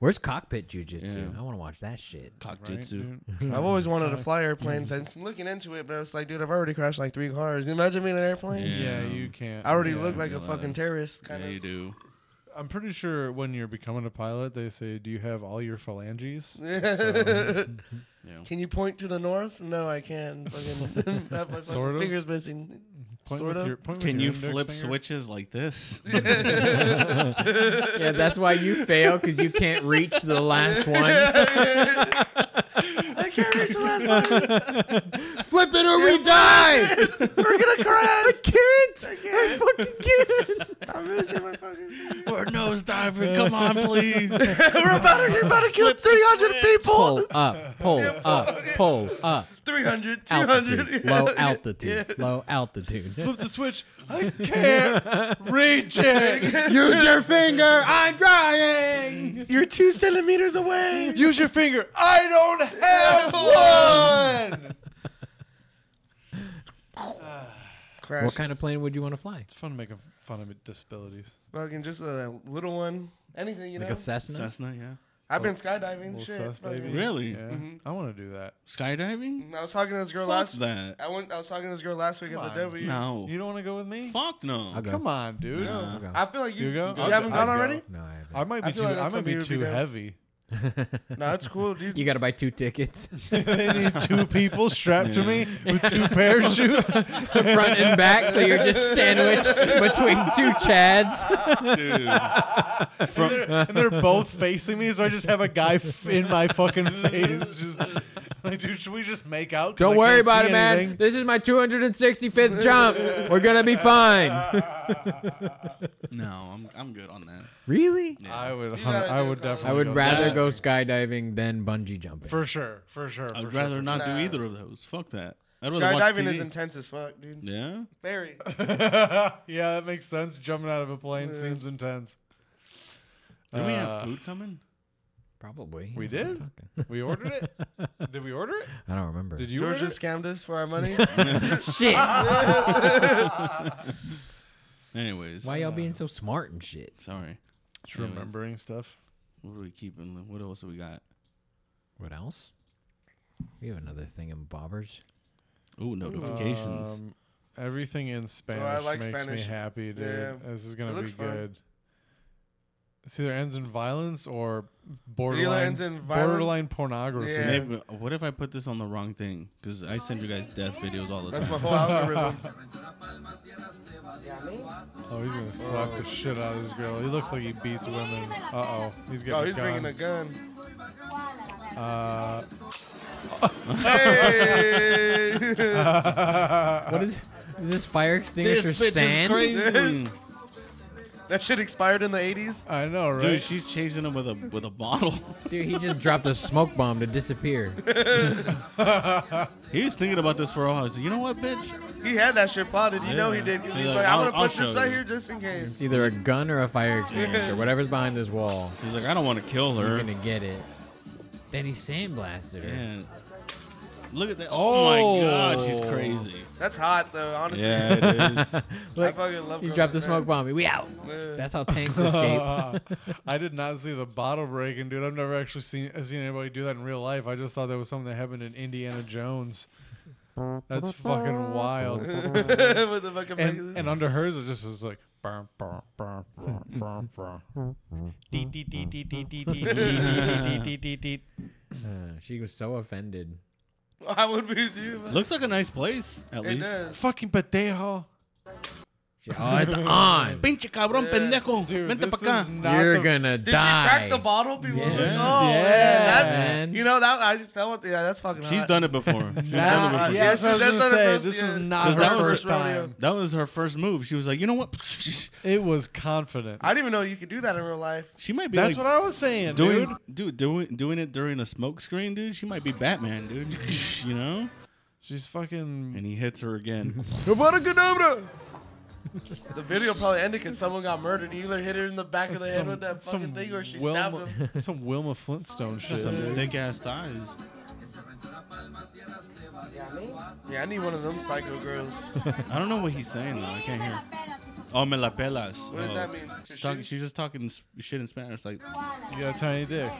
A: Where's cockpit jujitsu?
C: Yeah.
A: I want to watch that shit.
C: Cock
E: Right,
C: jitsu.
E: dude?
D: I've always wanted to fly airplanes.
E: Mm-hmm.
D: I'm looking into it, but I was like, dude, I've already crashed like three cars. Imagine being in an airplane.
C: Yeah.
E: Yeah, you can't.
D: I already
E: yeah.
D: look like a
C: Yeah.
D: fucking terrorist.
C: Yeah,
D: Kind
C: you do.
E: I'm pretty sure when you're becoming a pilot, they say, "Do you have all your phalanges?" um,
D: of.
C: Yeah.
D: Can you point to the north? No, I can. Fucking, have my fucking
E: Sort of.
D: fingers missing.
E: Point
D: sort
E: with
D: of.
E: your- point with
C: Can
E: your
C: you
E: index
C: flip
E: finger.
C: switches like this?
A: yeah, that's why you fail because you can't reach the last one.
D: I can't reach the last button.
A: flip it or we die.
D: We're gonna crash.
A: Kids,
D: can't.
A: fucking kid.
D: I'm losing my fucking. fingers.
C: We're nose diving. Come on, please.
D: We're about to, you're about to kill 300 people.
A: Pull up, pull up, pull up.
D: 300, 200.
A: Altitude,
D: yeah.
A: low altitude, low altitude.
E: flip the switch. I can't reach it.
A: Use your finger. I'm trying.
D: You're two centimeters away.
E: Use your finger. I don't have one.
D: Crash.
A: What kind of plane would you want to fly?
E: It's fun making fun of disabilities.
D: Fucking just a little one. Anything, you
A: Like
D: know?
A: a Cessna?
C: Cessna, yeah.
D: I've been skydiving. Shit.
E: Little sus,
D: fucking-
E: baby.
C: Really?
E: Yeah.
D: mm-hmm.
E: I want to do that.
C: Skydiving?
D: I was talking to this girl
C: Fuck
D: last.
C: that.
D: I went. I was talking to this girl last week at
E: Come
D: the
E: on.
D: W.
A: Oh.
C: No.
E: You don't want to go with me?
C: Fuck no.
A: I'll go.
E: Come on, dude.
A: I'll go.
D: I feel like you.
E: You
D: You,
E: go? I'll-
D: haven't
E: I'll
D: gone
E: go.
D: already?
A: No, I haven't.
E: I might be
D: I
E: too.
D: feel like
E: I
D: that's
E: might be
D: something you
E: too
D: would be down.
E: heavy.
D: No, that's cool, dude.
A: You got to buy two tickets,
E: they need two people strapped to me with two parachutes.
A: front and back, so you're just sandwiched between two Chads.
C: Dude.
E: and they're both facing me, so I just have a guy f- in my fucking face. Just like, dude, should we just make out? 'cause I
A: Don't worry about
E: can't see
A: it, man.
E: anything?
A: This is my 265th jump. We're gonna be fine.
C: No, I'm I'm good on that.
A: Really?
E: I would,
D: You
E: hun-
D: gotta
E: I
D: do
E: would
D: college.
E: definitely.
A: I would
E: go
A: rather
E: skydiving.
A: go skydiving than bungee jumping.
E: for sure, for sure. for
C: I'd
E: sure,
C: rather
E: for
C: not
D: Nah.
C: do either of those. Fuck that. I'd rather watch
D: Skydiving
C: TV.
D: is intense as fuck, dude.
C: Yeah.
D: Very.
E: sure. yeah, that makes sense. Jumping out of a plane seems intense.
C: Did we have
E: Uh,
C: food coming?
A: Probably.
E: We did. We ordered it. Did we order it?
A: I don't remember.
E: Did you
D: George
E: order
D: just scammed us for our money.
A: Shit.
C: Anyways.
A: Why y'all being so smart and shit?
C: Sorry.
E: it? Just remembering stuff.
C: What are we keeping? What else do we got?
A: What else? We have another thing in bobbers.
C: Ooh, notifications.
E: Um, everything in Spanish
D: Oh, like
E: makes
D: Spanish.
E: me happy, dude.
D: Yeah.
E: This is gonna
D: It
E: be
D: looks fun.
E: good. It either ends in violence or borderline
D: ends in violence.
E: borderline pornography.
D: Yeah.
C: Maybe, what if I put this on the wrong thing? Because I send you guys death videos all the
D: That's
C: time.
D: my whole algorithm.
E: Oh, he's gonna slap the shit out of this girl. He looks like he beats women. Uh oh, he's getting
D: Oh, he's
E: gone.
D: bringing a gun.
E: Uh,
D: Hey!
E: Uh,
A: What is is this fire extinguisher
C: This bitch
A: sand?
C: is crazy.
D: That shit expired in the 80s.
E: I know, right?
C: Dude, she's chasing him with a with a bottle.
A: Dude, he just dropped a smoke bomb to disappear.
C: he was thinking about this for a while. He's like, you know what, bitch?
D: He had that shit plotted. You
C: Yeah.
D: know he did. 'cause
C: He's
D: He's
C: like,
D: like, I'm
C: "I'll-
D: gonna put
C: I'll
D: this
C: show
D: right
C: you."
D: here just in case.
A: It's either a gun or a fire extinguisher. Whatever's behind this wall,
C: He's like, I don't want to kill
A: you're
C: her.
A: gonna get it. Then he sandblasted her.
C: Yeah. Look at that. Oh, my god, she's
A: Oh.
C: crazy.
D: That's hot though, honestly.
C: Yeah, it is.
A: Look,
D: fucking love
A: he
D: girls
A: dropped the
D: like
A: smoke
D: that.
A: bomb. We out.
D: Yeah.
A: That's how tanks escape.
E: I did not see the bottle breaking, dude. I've never actually seen seen anybody do that in real life. I just thought that was something that happened in Indiana Jones. That's fucking wild.
D: With the fucking
E: and,
D: fucking-
E: and under hers, it just was like. "Bum, bum, bum, bum, bum, bum." Dee, dee, dee, dee, dee, dee, dee, dee, dee, dee, dee, dee, dee.
A: Uh, she was so offended.
D: I would be too. man.
C: Looks like a nice place, at
D: It
C: least.
D: does.
E: Fucking Patejo.
A: She- oh, it's on.
C: Pinche cabrón pendejo.
E: Dude,
C: Vente
E: this
C: pa
E: is
C: acá.
E: not
A: You're
E: the-
A: gonna
D: Did
A: die.
D: she crack the bottle? People were like,
A: Yeah.
D: oh,
E: Yeah.
D: man,
A: Man.
D: that, you know that I that was yeah, that's fucking.
C: She's
D: hot.
C: done it before. She's done it
D: Yeah,
C: before.
D: yeah.
E: Yes, I was
D: that's
E: gonna
D: not her
E: say
D: first-
E: this is
D: yeah.
E: not
C: Because that
E: her
C: was her
E: first
D: rodeo.
E: time.
C: That was her first move. She was like, you know what?
E: It was confident.
D: I didn't even know you could do that in real life.
C: She might be
E: That's
C: like
E: what I was saying,
C: doing, dude.
E: dude.
C: doing doing it during a smoke screen, dude. She might be Batman, dude. you know?
E: She's fucking.
C: And he hits her again.
D: The video probably ended because someone got murdered. He either hit her in the back of the head
E: some-
D: with that
E: some
D: fucking thing, or she stabbed
E: Wilma,
D: him.
E: Some Wilma Flintstone shit.
C: Some
E: dude.
C: thick ass thighs.
D: Yeah, I need one of them psycho girls.
C: I don't know what he's saying though. I can't hear. Oh, me la pelas. Oh.
D: What does that mean?
C: She's, talking, she's just talking s- shit in Spanish. Like,
E: You got a tiny dick.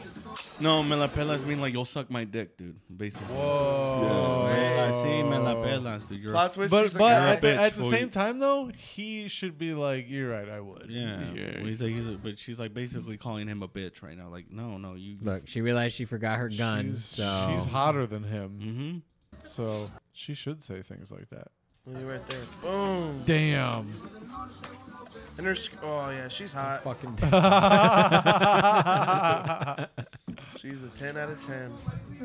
C: no, me la pelas mean like you'll suck my dick, dude. Basically.
E: Whoa.
C: Yeah, sí, me la pelas, dude. You're a
D: Plot twist.
E: But
D: she's
E: but
C: "You're a
E: at, the,
C: bitch,
E: at the
C: fool."
E: same time though, he should be like, "You're right, I would."
C: Yeah. Well, he's like, he's a, but she's like basically calling him a bitch right now. Like, no, no, you.
A: Look, she realized she forgot her gun,
E: She's,
A: so
E: she's hotter than him,
C: Mm-hmm.
E: so she should say things like that.
D: like, "You're right there. Boom.
E: Damn.
D: And her. sc- Oh yeah, she's hot.
A: fucking.
D: She's a ten out of ten.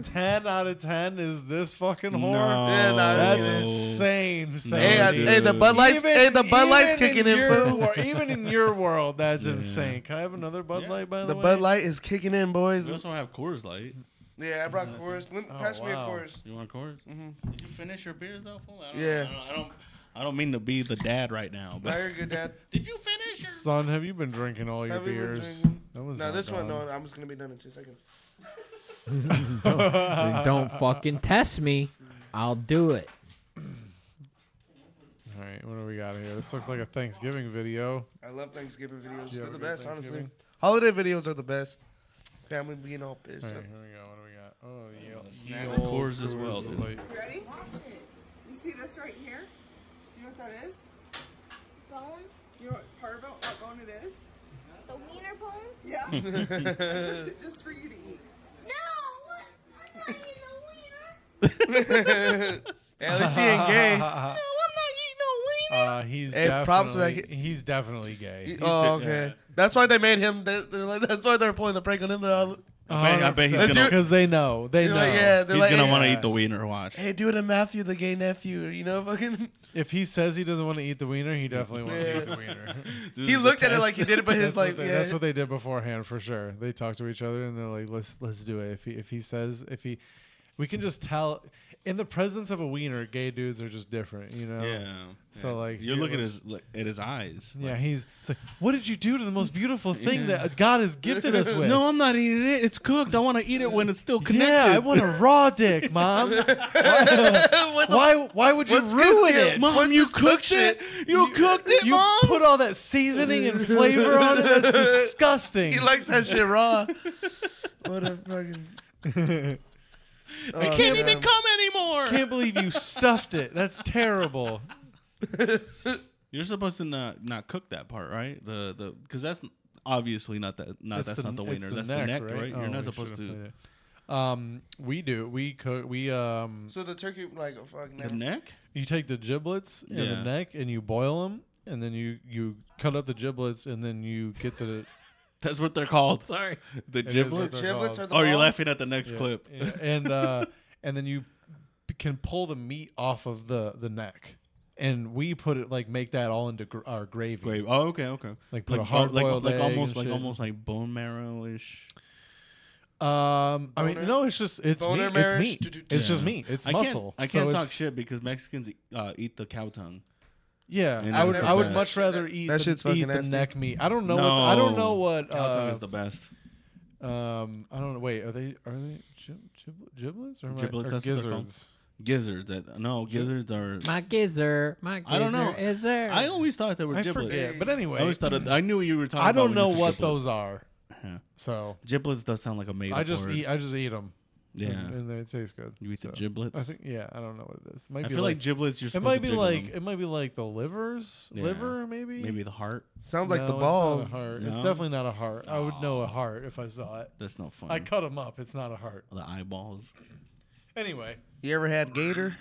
E: ten out of ten is this fucking
C: No.
E: whore.
D: Yeah, nah,
E: That's
D: No.
E: insane. Sam.
D: Hey, I-
C: dude.
D: hey, the Bud Lights. hey, the Bud Light's
E: even
D: kicking in.
E: your
D: Boo.
E: wor- even in your world, that's insane. Can I have another Bud Light, by the,
D: The
E: way?
D: Bud Light is kicking in, boys.
C: We also have Coors Light.
D: Yeah, I brought Coors. Lin-
E: Oh,
D: Pass me a
E: wow.
D: Coors.
C: You want Coors? Mm-hmm. Did you finish your beers though? Fool? I don't,
D: Yeah.
C: I don't, I don't. I don't mean to be the dad right now,
D: Now
C: but
D: you're good, Dad.
C: did you finish your?
E: Son, have you been drinking all your
D: Have you been
E: beers?
D: drinking?
E: That was
D: No,
E: not
D: this one, no,
E: done.
D: I'm just gonna be done in two seconds.
A: Don't fucking test me. I'll do it.
E: All right, what do we got here? This looks like a Thanksgiving video.
D: I love Thanksgiving videos. They're
E: have a
D: the
E: good
D: best, honestly.
E: Thanksgiving?
D: Holiday videos are the best. Family being all pissed.
E: All
D: up.
E: right, here we go. What do we got? Oh, yeah.
C: Snap and Coors as well, dude.
E: Light.
I: Ready? You see this right here? You know what that is?
G: Bone?
I: You know what parvo what bone it is?
G: The wiener bone?
I: Yeah. Ju- Just for you to eat.
G: No! What? I'm not eating the wiener.
D: Yeah, at least he ain't gay.
C: Uh-huh.
E: Uh, uh, he's
D: Hey,
E: definitely
D: props to that
E: he's definitely gay.
D: He- oh, okay. That's why they made him. They, they're like, that's why they're pulling the prank on him. They're all,
C: I bet- I bet he's
D: gonna-
E: because they know they
D: they're
E: know.
D: like, yeah, they're
C: He's
D: like,
C: gonna
D: hey, uh,
C: want to eat the wiener. Watch.
D: hey, do it to Matthew, the gay nephew. You know, fucking.
E: If he says he doesn't want to eat the wiener, he definitely wants to
D: Yeah.
E: eat the wiener.
D: He looked at it like he did it, but his
E: that's,
D: like,
E: what they,
D: yeah.
E: that's what they did beforehand for sure. They talked to each other and they're like, let's let's do it. If he if he says if he, we can just tell in the presence of a wiener, gay dudes are just different, you know.
C: Yeah.
E: So,
C: yeah.
E: like,
C: you
E: it
C: look at
E: was-
C: his look at his eyes.
E: Yeah, he's it's like, what did you do to the most beautiful thing that God has gifted us with?
C: No, I'm not eating it. It's cooked. I want to eat it when it's still connected.
E: yeah, I want a raw dick, mom.
D: What the-
E: Why why would you
D: What's this
E: ruin
D: deal?
E: it?
D: Mom,
C: Mom,
D: What's
C: you
D: this cooked
C: cooked it. You,
E: You-
C: cooked it,
E: you
C: mom.
E: put all that seasoning and flavor on it. That's disgusting.
D: he likes that shit raw. what a fucking.
C: I
D: Oh,
C: can't
D: man.
C: even come anymore.
E: can't believe you stuffed it. That's terrible.
C: You're supposed to not not cook that part, right? The the because that's obviously not that not Uh, that's not the
E: it's
C: wiener. That's the neck, right? You're
E: Oh, we
C: not supposed
E: should've
C: to
E: played it. Um, we do. We cook. We um,
D: So the turkey, like, oh, fuck,
C: the
D: no.
C: neck.
E: you take the giblets and
C: Yeah.
E: the neck, and you boil them, and then you you cut up the giblets, and then you get the
C: That's what they're called. Sorry, the
E: is what
C: giblets.
E: they're
D: Giblets
E: called.
D: are the
C: Oh, you're
D: balls?
C: laughing at the next clip.
E: yeah, and uh, and then you p- can pull the meat off of the the neck. and we put it like make that all into gr- our gravy.
C: Wait, oh, okay, okay.
E: Like put a
C: hard- like,
E: hard-boiled
C: like
E: egg
C: almost
E: and
C: like
E: shit.
C: almost like bone marrow ish.
E: Um, I mean,
D: Boner-
E: no, it's just it's
D: boner
E: meat. It's
D: marriage.
E: meat. It's just
C: Yeah.
E: meat. It's
C: I
E: muscle.
C: Can't, I
E: So
C: can't talk
E: it's-
C: shit because Mexicans uh, eat the cow tongue.
E: Yeah,
C: And
E: I
C: it
E: would.
C: is the
E: I would
C: best.
E: much rather eat
D: that
E: the,
D: shit's
E: eat
D: fucking
E: the
D: nasty.
E: neck meat. I don't know. What, I don't know what.
C: cow tongue
E: Uh,
C: is the best.
E: um, I don't know. Wait, are they are they gib, gib, giblets or, am I-
C: Giblets,
E: or
C: that's what they're called.
E: gizzards?
C: Gizzards, that, no gizzards are.
A: My gizzer, my gizzer
C: I don't know.
A: is there.
C: I always thought they were
E: I
C: giblets.
E: forget. But
C: I
E: anyway,
C: always thought it, I knew what you were talking.
E: I
C: about
E: don't
C: when you
E: know
C: said
E: what
C: giblets.
E: those are.
C: Yeah.
E: So
C: Giblets does sound like a made.
E: I just
C: word.
E: eat. I just eat them.
C: Yeah,
E: and, and they taste good.
C: you eat
E: So,
C: the giblets.
E: I think. Yeah, I don't know what it is. It might
C: I
E: be
C: feel like, giblets. You're
E: it
C: supposed
E: might
C: to
E: be
C: jiggle
E: like
C: them.
E: it might be like the livers,
C: Yeah.
E: liver maybe.
C: maybe the heart.
D: Sounds like
E: No,
D: the
E: it's not a
D: balls.
E: heart. It's
C: No?
E: definitely not a heart. I would know
C: Aw.
E: a heart if I saw it.
C: That's not fun.
E: I cut them up. It's not a heart.
C: the eyeballs.
E: Anyway,
D: You ever had gator?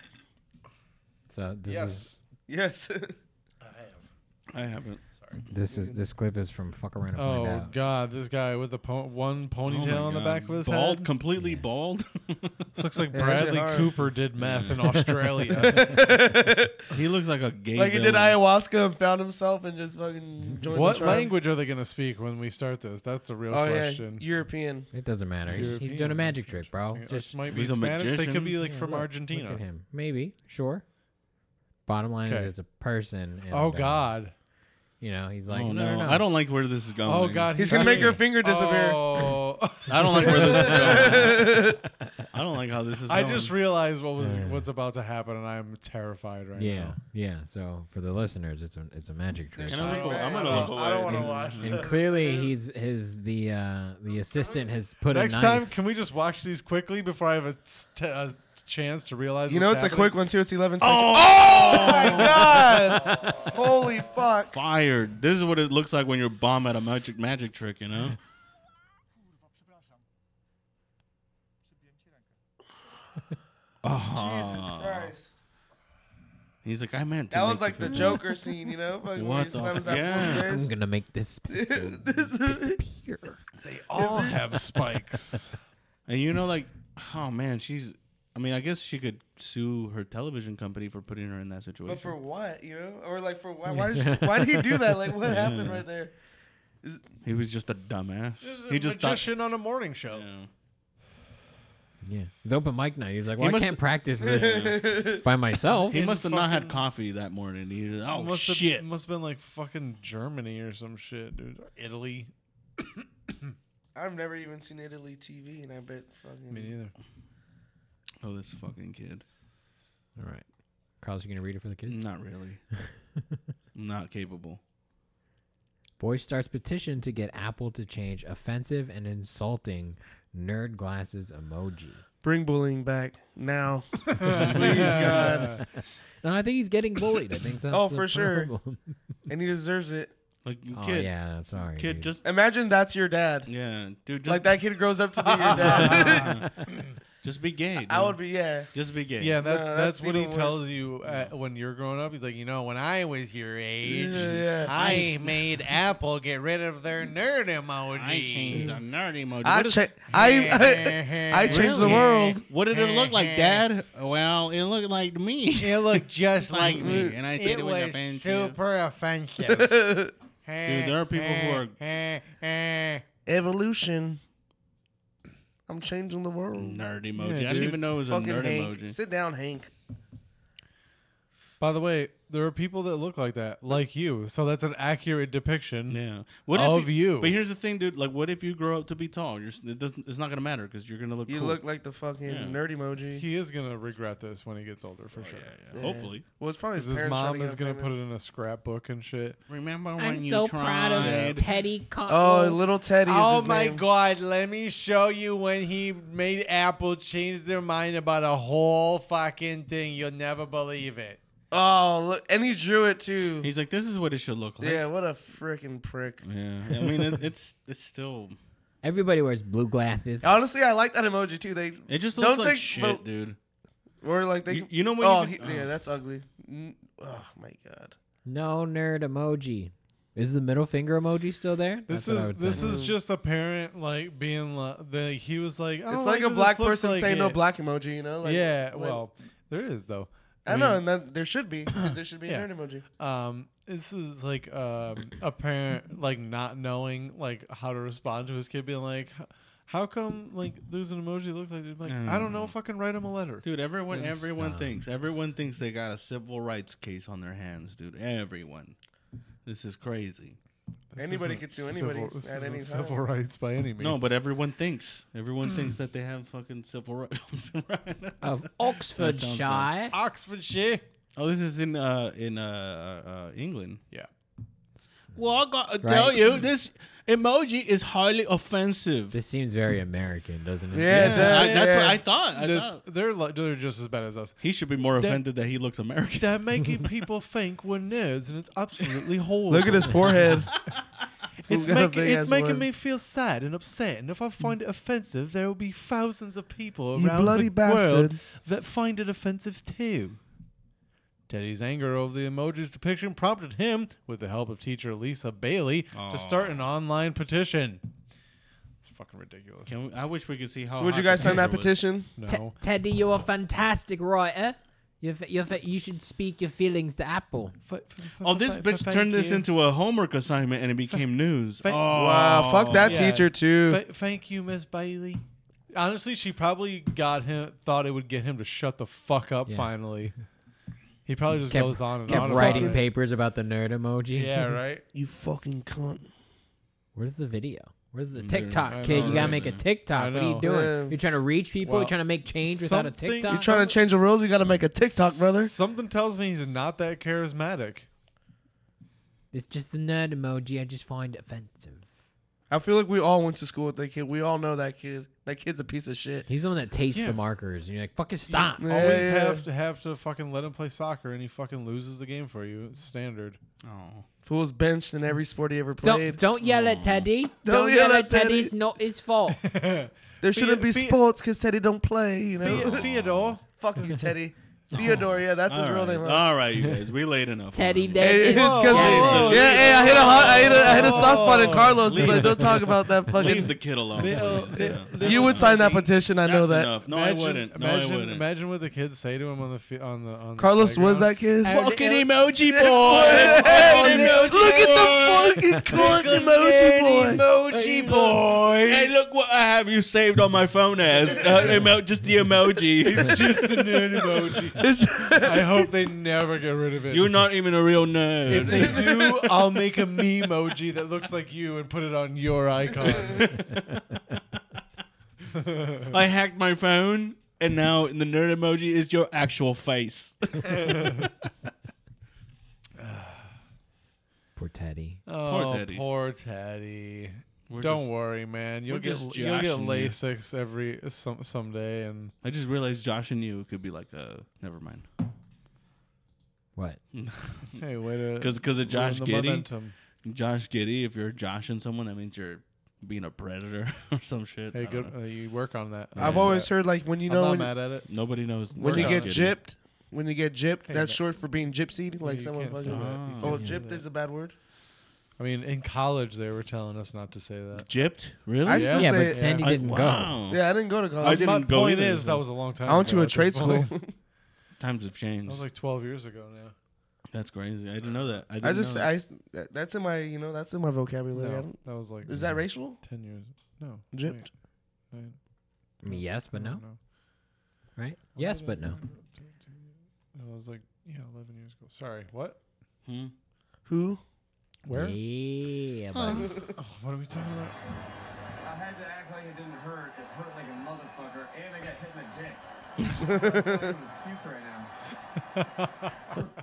A: so this is
D: Yes.
C: I haven't.
A: this is this clip is from fuck around and
E: oh
A: find out.
E: god, this guy with the po- one ponytail
A: Oh
E: on the back of his
C: Oh bald,
E: head
C: completely
A: Yeah.
C: bald.
E: This looks like
D: Yeah, that's your
E: Bradley
D: heart.
E: Cooper did meth in Australia.
C: he looks like a gay.
D: like he did
C: villain.
D: ayahuasca and found himself and just fucking joined
E: what
D: the tribe.
E: language are they going to speak when we start this? That's the real
D: Oh
E: question.
D: yeah, European.
A: It doesn't matter. He's, he's
E: European
A: doing a magic
E: language.
A: trick, bro.
E: Interesting.
A: Just
E: This might be
C: He's a
E: Spanish. They could
C: magician.
E: be like
A: Yeah,
E: from
A: look-
E: Argentina.
A: Look at him. Maybe. Sure. Bottom line
E: Okay.
A: is it's a person. And,
E: Oh
A: uh,
E: god.
A: you know, he's like,
C: Oh,
A: no, no, no.
C: I don't like where this is going.
E: Oh god.
D: He's gonna make your finger disappear.
E: Oh.
C: I don't like where this is going. I don't like how this is.
E: I
C: going.
E: just realized what was
A: Yeah.
E: what's about to happen, and I'm terrified right
A: Yeah,
E: now.
A: yeah. So for the listeners, it's a it's a magic trick.
C: Can I look
D: Sorry,
C: away? I'm
D: man.
C: gonna
D: I
C: look
D: don't-
C: away.
D: I don't wanna
C: And-
D: watch
C: and-
A: and clearly, he's his the uh, the assistant has put
E: Next
A: a
E: time,
A: knife.
E: can we just watch these quickly before I have a, s- t- a chance to realize?
D: You know it's
E: what's
D: a quick one too. It's 11 seconds.
C: Oh,
D: my god! Holy fuck!
C: fired. This is what it looks like when you're bomb at a magic magic trick. You know. Oh,
D: Jesus Christ!
C: he's like I meant. To
D: That
C: make
D: was like
C: you
D: the
C: feel good."
D: Joker scene, you know? Fucking where
C: What
D: he
C: the
D: slams
C: fuck?
D: that fool's
C: Yeah.
A: I'm
D: face.
A: gonna make this pencil
D: This is-
A: disappear.
E: They all have spikes.
C: And you know, like, oh man, she's. I mean, I guess she could sue her television company for putting her in that situation.
D: But for what, you know? Or like for why? Why did, she, why did he do that? Like what happened right there?
C: he was just a dumbass.
E: There's a
C: He just thought.
E: magician on a morning show.
C: Yeah.
A: Yeah, it's open mic night. He's like, well, I
C: must-
A: can't practice this by myself.
C: He must have not had
E: fucking-
C: coffee that morning. He was, oh
E: must
C: shit!
E: Have, must have been like fucking Germany or some shit, dude. Or Italy.
D: I've never even seen Italy TV, and I bet fucking.
E: Me neither.
C: oh, this fucking kid.
A: All right, Carlos, you gonna read it for the kids?
C: Not really. not capable.
A: Boy starts petition to get Apple to change offensive and insulting nerd glasses emoji.
D: Bring bullying back now, please God,
A: No, I think he's getting bullied. I think that's
D: Oh,
A: the
D: for sure.
A: problem.
D: and he deserves it.
C: Like you
A: Oh
C: kid,
A: yeah, I'm sorry.
C: kid,
A: dude.
C: just
D: Imagine that's your dad.
C: yeah, dude, just
D: Like that kid grows up to be your dad.
C: Just be gay. Dude.
D: I would be yeah.
C: just be gay.
E: Yeah, that's
D: No,
E: that's,
D: that's
E: what he
D: even
E: tells you uh when you're growing up. He's like, you know, when I was your age,
D: Yeah, yeah.
E: I made Apple get rid of their nerd emoji.
C: I changed a nerdy emoji.
D: I
C: What is-
D: cha- I I changed the world.
C: What did it look like, Dad? Well, it looked like me.
E: It looked just
C: like me, and I said it was offensive.
E: offensive.
C: Dude, there are people who
E: are.
D: Evolution. I'm changing the world.
C: Nerd emoji. I
E: dude.
C: didn't even know it was
D: Fucking
C: a nerd
D: Hank.
C: emoji.
D: Sit down, Hank.
E: By the way, there are people that look like that, like you. So that's an accurate depiction.
C: Yeah. What
E: Of
C: if
E: you.
C: But here's the thing, dude. Like, what if you grow up to be tall? You're, s- it doesn't. It's not gonna matter because you're gonna look.
D: You
C: cool.
D: look like the fucking
C: Yeah.
D: nerd emoji.
E: He is gonna regret this when he gets older, for sure.
C: Oh, Yeah, yeah. Hopefully.
D: well, it's probably his,
E: 'Cause His
D: parents trying
E: mom
D: to
E: is
D: get
E: gonna
D: him
E: put it
D: famous.
E: in a scrapbook and shit.
C: Remember when
A: I'm
C: you
A: so
C: tried?
A: proud of Teddy
D: Oh,
A: Cotton.
D: little Teddy. Is
E: Oh
D: his
E: my
D: name.
E: God! Let me show you when he made Apple change their mind about a whole fucking thing. You'll never believe it.
D: Oh, look, and he drew it too.
C: He's like, this is what it should look like. Mm.
D: yeah, what a freaking prick.
C: Yeah. I mean, it, it's it's still.
A: Everybody wears blue glasses.
E: Oh.
D: Honestly, I like that emoji too. They
C: It just
D: Don't
C: looks like
D: take-
C: shit,
D: but-
C: dude.
D: were like they.
C: You- you know when
D: Oh,
C: you can-
D: he- yeah,
C: oh.
D: that's ugly. N- Oh my god.
A: No nerd emoji. Is the middle finger emoji still there? That's
E: This
A: what I
E: is
A: would
E: this
A: say.
E: is just a parent like being like the, he was like I
D: It's
E: don't
D: like
E: that
D: a
E: this
D: black
E: looks
D: person
E: like
D: saying no
E: it.
D: black emoji. You know? Like,
E: yeah,
D: like-
E: well, there is though.
D: I, know, and that there should be because there should be
E: Yeah.
D: a nerd emoji.
E: um this is like um a parent like not knowing like how to respond to his kid being like "H- how come like there's an emoji look like like i don't
A: Mm.
E: know fucking write him a letter
C: Dude, everyone, everyone thinks, everyone thinks they got a civil rights case on their hands, dude. Everyone, this is crazy.
E: This
D: Anybody
E: isn't
D: could sue anybody
E: civil, this
D: at any
E: isn't
D: time.
E: civil rights by any means
C: No, but everyone thinks, everyone thinks that they have fucking civil rights.
A: of
C: sounds
A: Oxfordshire.
E: oxfordshire
C: oh, this is in uh in uh, uh uh, England.
E: yeah
C: Well, I gotta tell you, this emoji is highly offensive.
A: This seems very American, doesn't it?
D: Yeah, it does,
C: I- that's what
D: yeah.
C: I thought. I
E: This-
C: thought.
E: they're li- they're just as bad as us
C: He should be more
E: That-
C: offended that, he looks American.
E: they're making people think we're nerds and it's absolutely horrible
D: Look at his forehead.
E: It's,
D: Who got a
E: making
D: big ass
E: it's making
D: one?
E: me feel sad and upset, and if I find it offensive, there will be thousands of people
D: You
E: around
D: bloody
E: the
D: bastard.
E: world that find it offensive too. Teddy's anger over the emoji's depiction prompted him, with the help of teacher Lisa Bailey, to start an online petition. It's fucking ridiculous.
C: Can we, I wish we could see how.
D: Would
C: hot
D: you guys
C: the
D: sign that
C: picture was.
D: petition?
E: no,
A: Teddy, you're a fantastic writer. You you you should speak your feelings to Apple.
E: F- f- f-
C: Oh, this
E: f-
C: bitch
E: thank
C: turned this
E: you.
C: into a homework assignment and it became news.
E: Thank-
C: oh.
D: Wow, fuck that
E: Yeah.
D: teacher too.
E: Fa- thank you, Miss Bailey. Honestly, she probably got him. Thought it would get him to shut the fuck up.
A: Yeah.
E: Finally, he probably just
A: Kept-
E: goes on and on
A: Kept
E: about
A: writing
E: it.
A: papers about the nerd emoji.
E: Yeah, right.
D: you fucking cunt.
A: Where's the video? Where's the
E: Mm, I
A: TikTok, kid?
E: know,
A: you gotta
E: right,
A: make a
C: man.
A: TikTok.
E: I
A: What are
E: know.
A: you doing?
D: Yeah.
A: You're trying to reach people.
E: Well,
A: you're trying to make change without a
E: something-
A: TikTok.
D: You're trying to change the rules. You got to make a TikTok, brother.
E: Something tells me he's not that charismatic.
A: it's just a nerd emoji. I just find it offensive.
D: I feel like we all went to school with that kid. We all know that kid. That kid's a piece of shit.
A: He's the one that tastes
E: Yeah.
A: the markers, and you're like, "Fucking stop."
D: Yeah,
E: Always
D: yeah.
E: have to have to fucking let him play soccer, and he fucking loses the game for you. It's standard.
C: Oh.
D: Fool's benched in every sport he ever
A: Don't
D: played.
A: don't yell at Teddy. Don't, yell at Teddy. It's not his fault.
D: there shouldn't be
E: Fe-
D: sports because Teddy don't play. You know,
E: Fe- Theodore,
D: fuck you, Teddy. Theodore, yeah, that's his
C: All
D: real
C: right.
D: name. huh?
C: All right, you guys, we late enough.
A: Teddy,
C: on
A: they
C: it.
D: Hey, it's
A: just
D: 'cause-
C: Whoa.
A: get it.
D: yeah, hey, I hit a hot, I hit a, I hit a soft spot in Carlos. He's like, don't talk about that
C: leave the
D: fucking.
C: kid alone.
E: Bill-
C: please.
E: Bill-
C: Yeah.
E: Bill-
D: You would sign that petition. I know
C: That's
D: that.
C: enough. No,
E: imagine,
C: I wouldn't. No,
E: Imagine,
C: I wouldn't.
E: imagine what the kids say to him on the fi- on the on.
D: Carlos
E: the
D: was
E: playground.
D: that kid.
C: Fucking emoji boy.
D: Hey,
C: Fucking emoji
D: Look at
C: boy.
D: the fucking cunt emoji boy.
C: Emoji boy. Hey, look what I have you saved on my phone as. Uh, emo- just the emoji. It's just a nerd emoji.
E: I hope they never get rid of it.
C: You're not even a real nerd.
E: If they do, I'll make a meme emoji that looks like you and put it on your icon.
C: I hacked my phone, and now the nerd emoji is your actual face.
A: Poor Teddy.
E: Oh,
C: Teddy.
E: Poor Teddy.
C: We're
E: Don't
C: just-
E: worry, man. You'll
C: we're
E: get
C: just
E: you'll get
C: joshing you.
E: LASIX every some someday, and
C: I just realized Josh and you could be like, uh, never mind.
A: What?
E: hey, way to
C: Because of Josh
E: ruin the
C: Giddy.
E: momentum.
C: Josh Giddy, if you're joshing someone, that means you're being a predator or some shit. I
E: Hey,
C: don't
E: good.
C: know.
E: Uh, you work on that.
D: I've always heard like when you
E: I'm
D: know
E: not
D: when,
E: mad at it.
C: Nobody knows.
D: when
E: Work
D: you
E: on
D: get
E: it.
D: gypped, when you get gypped,
E: Hey,
D: that's
E: that-
D: short for being gypsied. Like
E: You
D: someone
E: can't say
D: fucking.
E: that.
C: Oh.
E: You
D: Oh,
E: can't say
D: gypped
E: that.
D: is a bad word.
E: I mean, in college they were telling us not to say that.
C: gypped. Really?
D: I
C: yeah.
D: still
A: yeah,
D: say
A: but Sandy
C: I-
A: didn't go.
C: wow.
D: Yeah, I didn't go
C: Oh.
D: to
C: I
D: college.
C: didn't
E: My
C: go
E: point
C: either,
E: is
C: so-
E: that was a long time.
D: I went
E: ago
D: to a
E: at this
D: trade school.
E: point.
C: Times have changed.
E: That was like 12 years ago now.
C: That's crazy. I didn't know that. I, didn't
D: I just,
C: know that.
D: I, s- that- that's in my, you know, that's in my vocabulary. I
E: No,
D: don't,
E: that was like
D: is that racial?
E: 10 years. No.
D: Gypped.
E: wait, wait,
A: I mean, yes, but no. Right? Yes, but no.
E: It was like yeah, 11 years ago. Sorry. What?
C: Hmm?
D: Who?
E: Where?
A: Yeah, buddy.
E: What are we talking about?
J: I had to act like it didn't hurt. It hurt like a motherfucker, and I got hit in the dick. I'm gonna puke right now.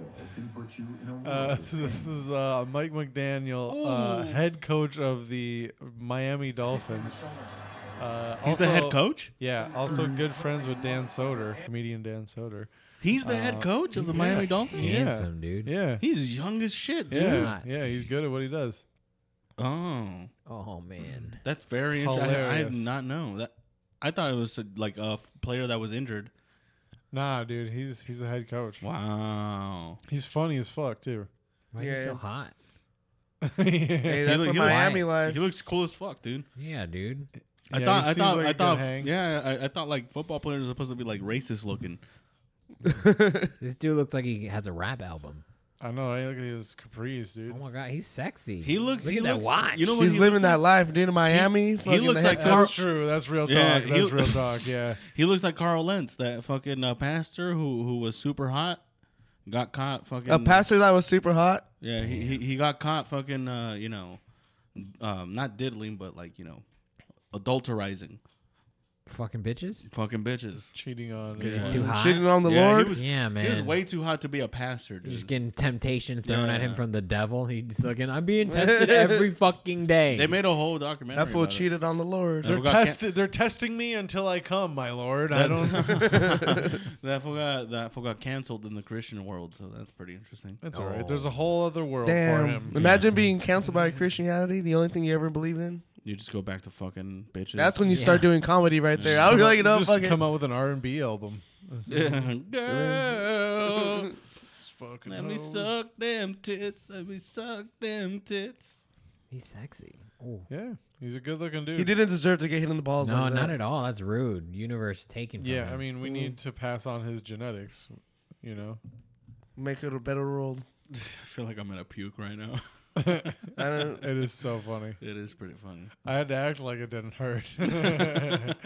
E: Uh, this is uh, Mike McDaniel, uh, head coach of the Miami Dolphins. Uh,
C: He's the
E: also-
C: head coach.
E: Yeah, also good friends with Dan Soder, comedian Dan Soder.
C: He's the head coach of the Miami Dolphins.
A: Handsome, dude.
E: Yeah,
C: He's young as shit. dude.
E: yeah,
A: not.
E: yeah. He's good at what he does.
C: Oh,
A: Oh, man.
C: that's very
E: It's
C: interesting. I, I did
E: hilarious.
C: not know that. I thought it was a, like a f- player that was injured.
E: Nah, dude, he's he's the head coach.
C: Wow.
E: He's funny as fuck too.
A: Why is he
D: Yeah.
A: so hot?
E: yeah.
D: Hey, that's
C: look-
D: what
C: he looks-
D: Miami
C: He
D: life.
C: looks cool as fuck, dude.
A: Yeah, dude.
C: I
E: Yeah,
C: thought,
E: he
C: I
E: seems
C: thought,
E: like a
C: I
E: good
C: thought,
E: hang.
C: yeah, I, I thought like football players are supposed to be like racist looking.
A: This dude looks like he has a rap album.
E: I know. I look at his capris, dude.
A: Oh my god, he's sexy.
C: He looks.
A: Look
C: he
A: at
C: looks,
A: that watch.
C: You know what
D: He's
C: he
D: living
C: looks
D: that
C: Like?
D: life, dude, in Miami. fucking
C: looks
D: the
C: like
D: head-
E: That's
C: Carl-
E: true. That's real talk.
C: Yeah, he
E: That's
C: lo-
E: real talk. Yeah.
C: He looks like Carl Lentz, that fucking uh, pastor who who was super hot, got caught fucking.
D: a pastor that was super hot.
C: Yeah, he, he he got caught fucking. Uh, you know, um, not diddling, but like you know, adulterizing
A: Fucking bitches.
C: fucking bitches.
E: Cheating on.
A: He's
E: yeah.
A: too hot.
D: Cheating on the
C: Yeah,
D: Lord.
C: He was,
A: Yeah,
C: He was
A: man.
C: way too hot to be a pastor, dude.
A: Just getting temptation thrown at him
C: Yeah.
A: from the devil. He's fucking. I'm being tested every fucking day.
C: they made a whole documentary.
D: that fool
C: about it.
D: cheated on the Lord.
C: Never
E: They're
C: got can-
E: testing. they're testing me until I come, my lord.
C: That-
E: I don't.
C: that fool got that fool got canceled in the Christian world, so that's pretty interesting.
E: That's all right. There's a whole other world for
D: Damn.
E: him.
D: Imagine being canceled by Christianity, the only thing you ever believed in.
C: You just go back to fucking bitches.
D: That's when you
A: Yeah.
D: start doing comedy right there. I would be like, you know,
E: just
D: fucking.
E: come out with an R and B album.
C: girl.
E: Fucking
C: Let me suck them tits. Let me suck them tits.
A: He's sexy. Oh.
E: Yeah, he's a good-looking dude.
D: He didn't deserve to get hit in the balls.
A: No,
D: like
A: not
D: that.
A: at all. That's rude. Universe taken. From
E: Yeah, I
A: him.
E: mean, we need to pass on his genetics. You know,
D: Make it a better world.
C: I feel like I'm gonna puke right now.
D: I don't.
E: it is so funny.
C: It is pretty funny.
E: I had to act like it didn't hurt. it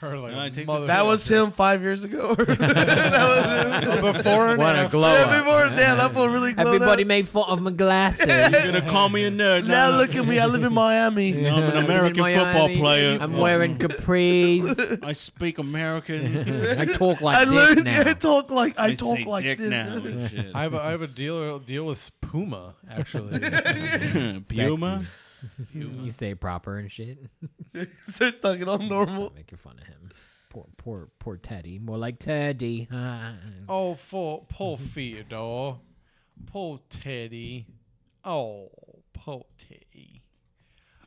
E: hurt like
C: No, I
E: a
C: take this-
E: mother-
D: That was him five years ago. that was him.
E: before and
A: what a
E: after.
A: glow
D: Every
A: up.
D: morning, damn, that fool really glowed
A: Everybody
D: up.
A: made fun of my glasses.
C: You're gonna call me a nerd
D: Now look at me, I live in Miami.
C: No, I'm an
A: I'm in
C: American football
A: Miami.
C: player. Oh,
A: I'm wearing capris.
C: I speak American.
A: I talk like
D: I
A: this
D: learned.
A: now.
D: I talk like I
C: They
D: talk
C: say
D: like
C: dick
D: this.
C: now. and shit.
E: I have a, I have a deal deal with Puma actually.
C: Puma.
A: You say proper and shit.
D: Starts talking all normal.
A: Stop making fun of him. Poor, poor, poor Teddy. More like Teddy. Ah.
E: oh, for poor Theodore, poor Teddy, oh poor Teddy.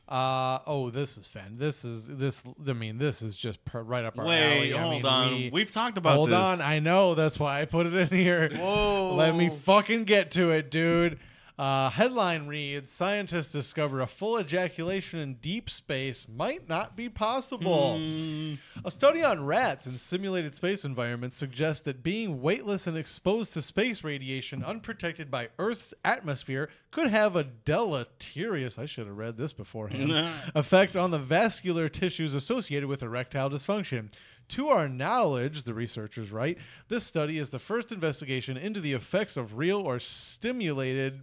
E: Uh oh, this is fan. This is this. I mean, this is just per, right up our alley.
C: Wait,
E: I
C: hold
E: mean,
C: on.
E: we-
C: We, have talked about
E: Hold
C: this.
E: on, I know that's why I put it in here. Whoa. Let me fucking get to it, dude. Uh, headline reads: Scientists discover a full ejaculation in deep space might not be possible.
C: Hmm.
E: A study on rats in simulated space environments suggests that being weightless and exposed to space radiation unprotected by Earth's atmosphere could have a deleterious, I should have read this beforehand, effect on the vascular tissues associated with erectile dysfunction. To our knowledge, the researchers write, this study is the first investigation into the effects of real or stimulated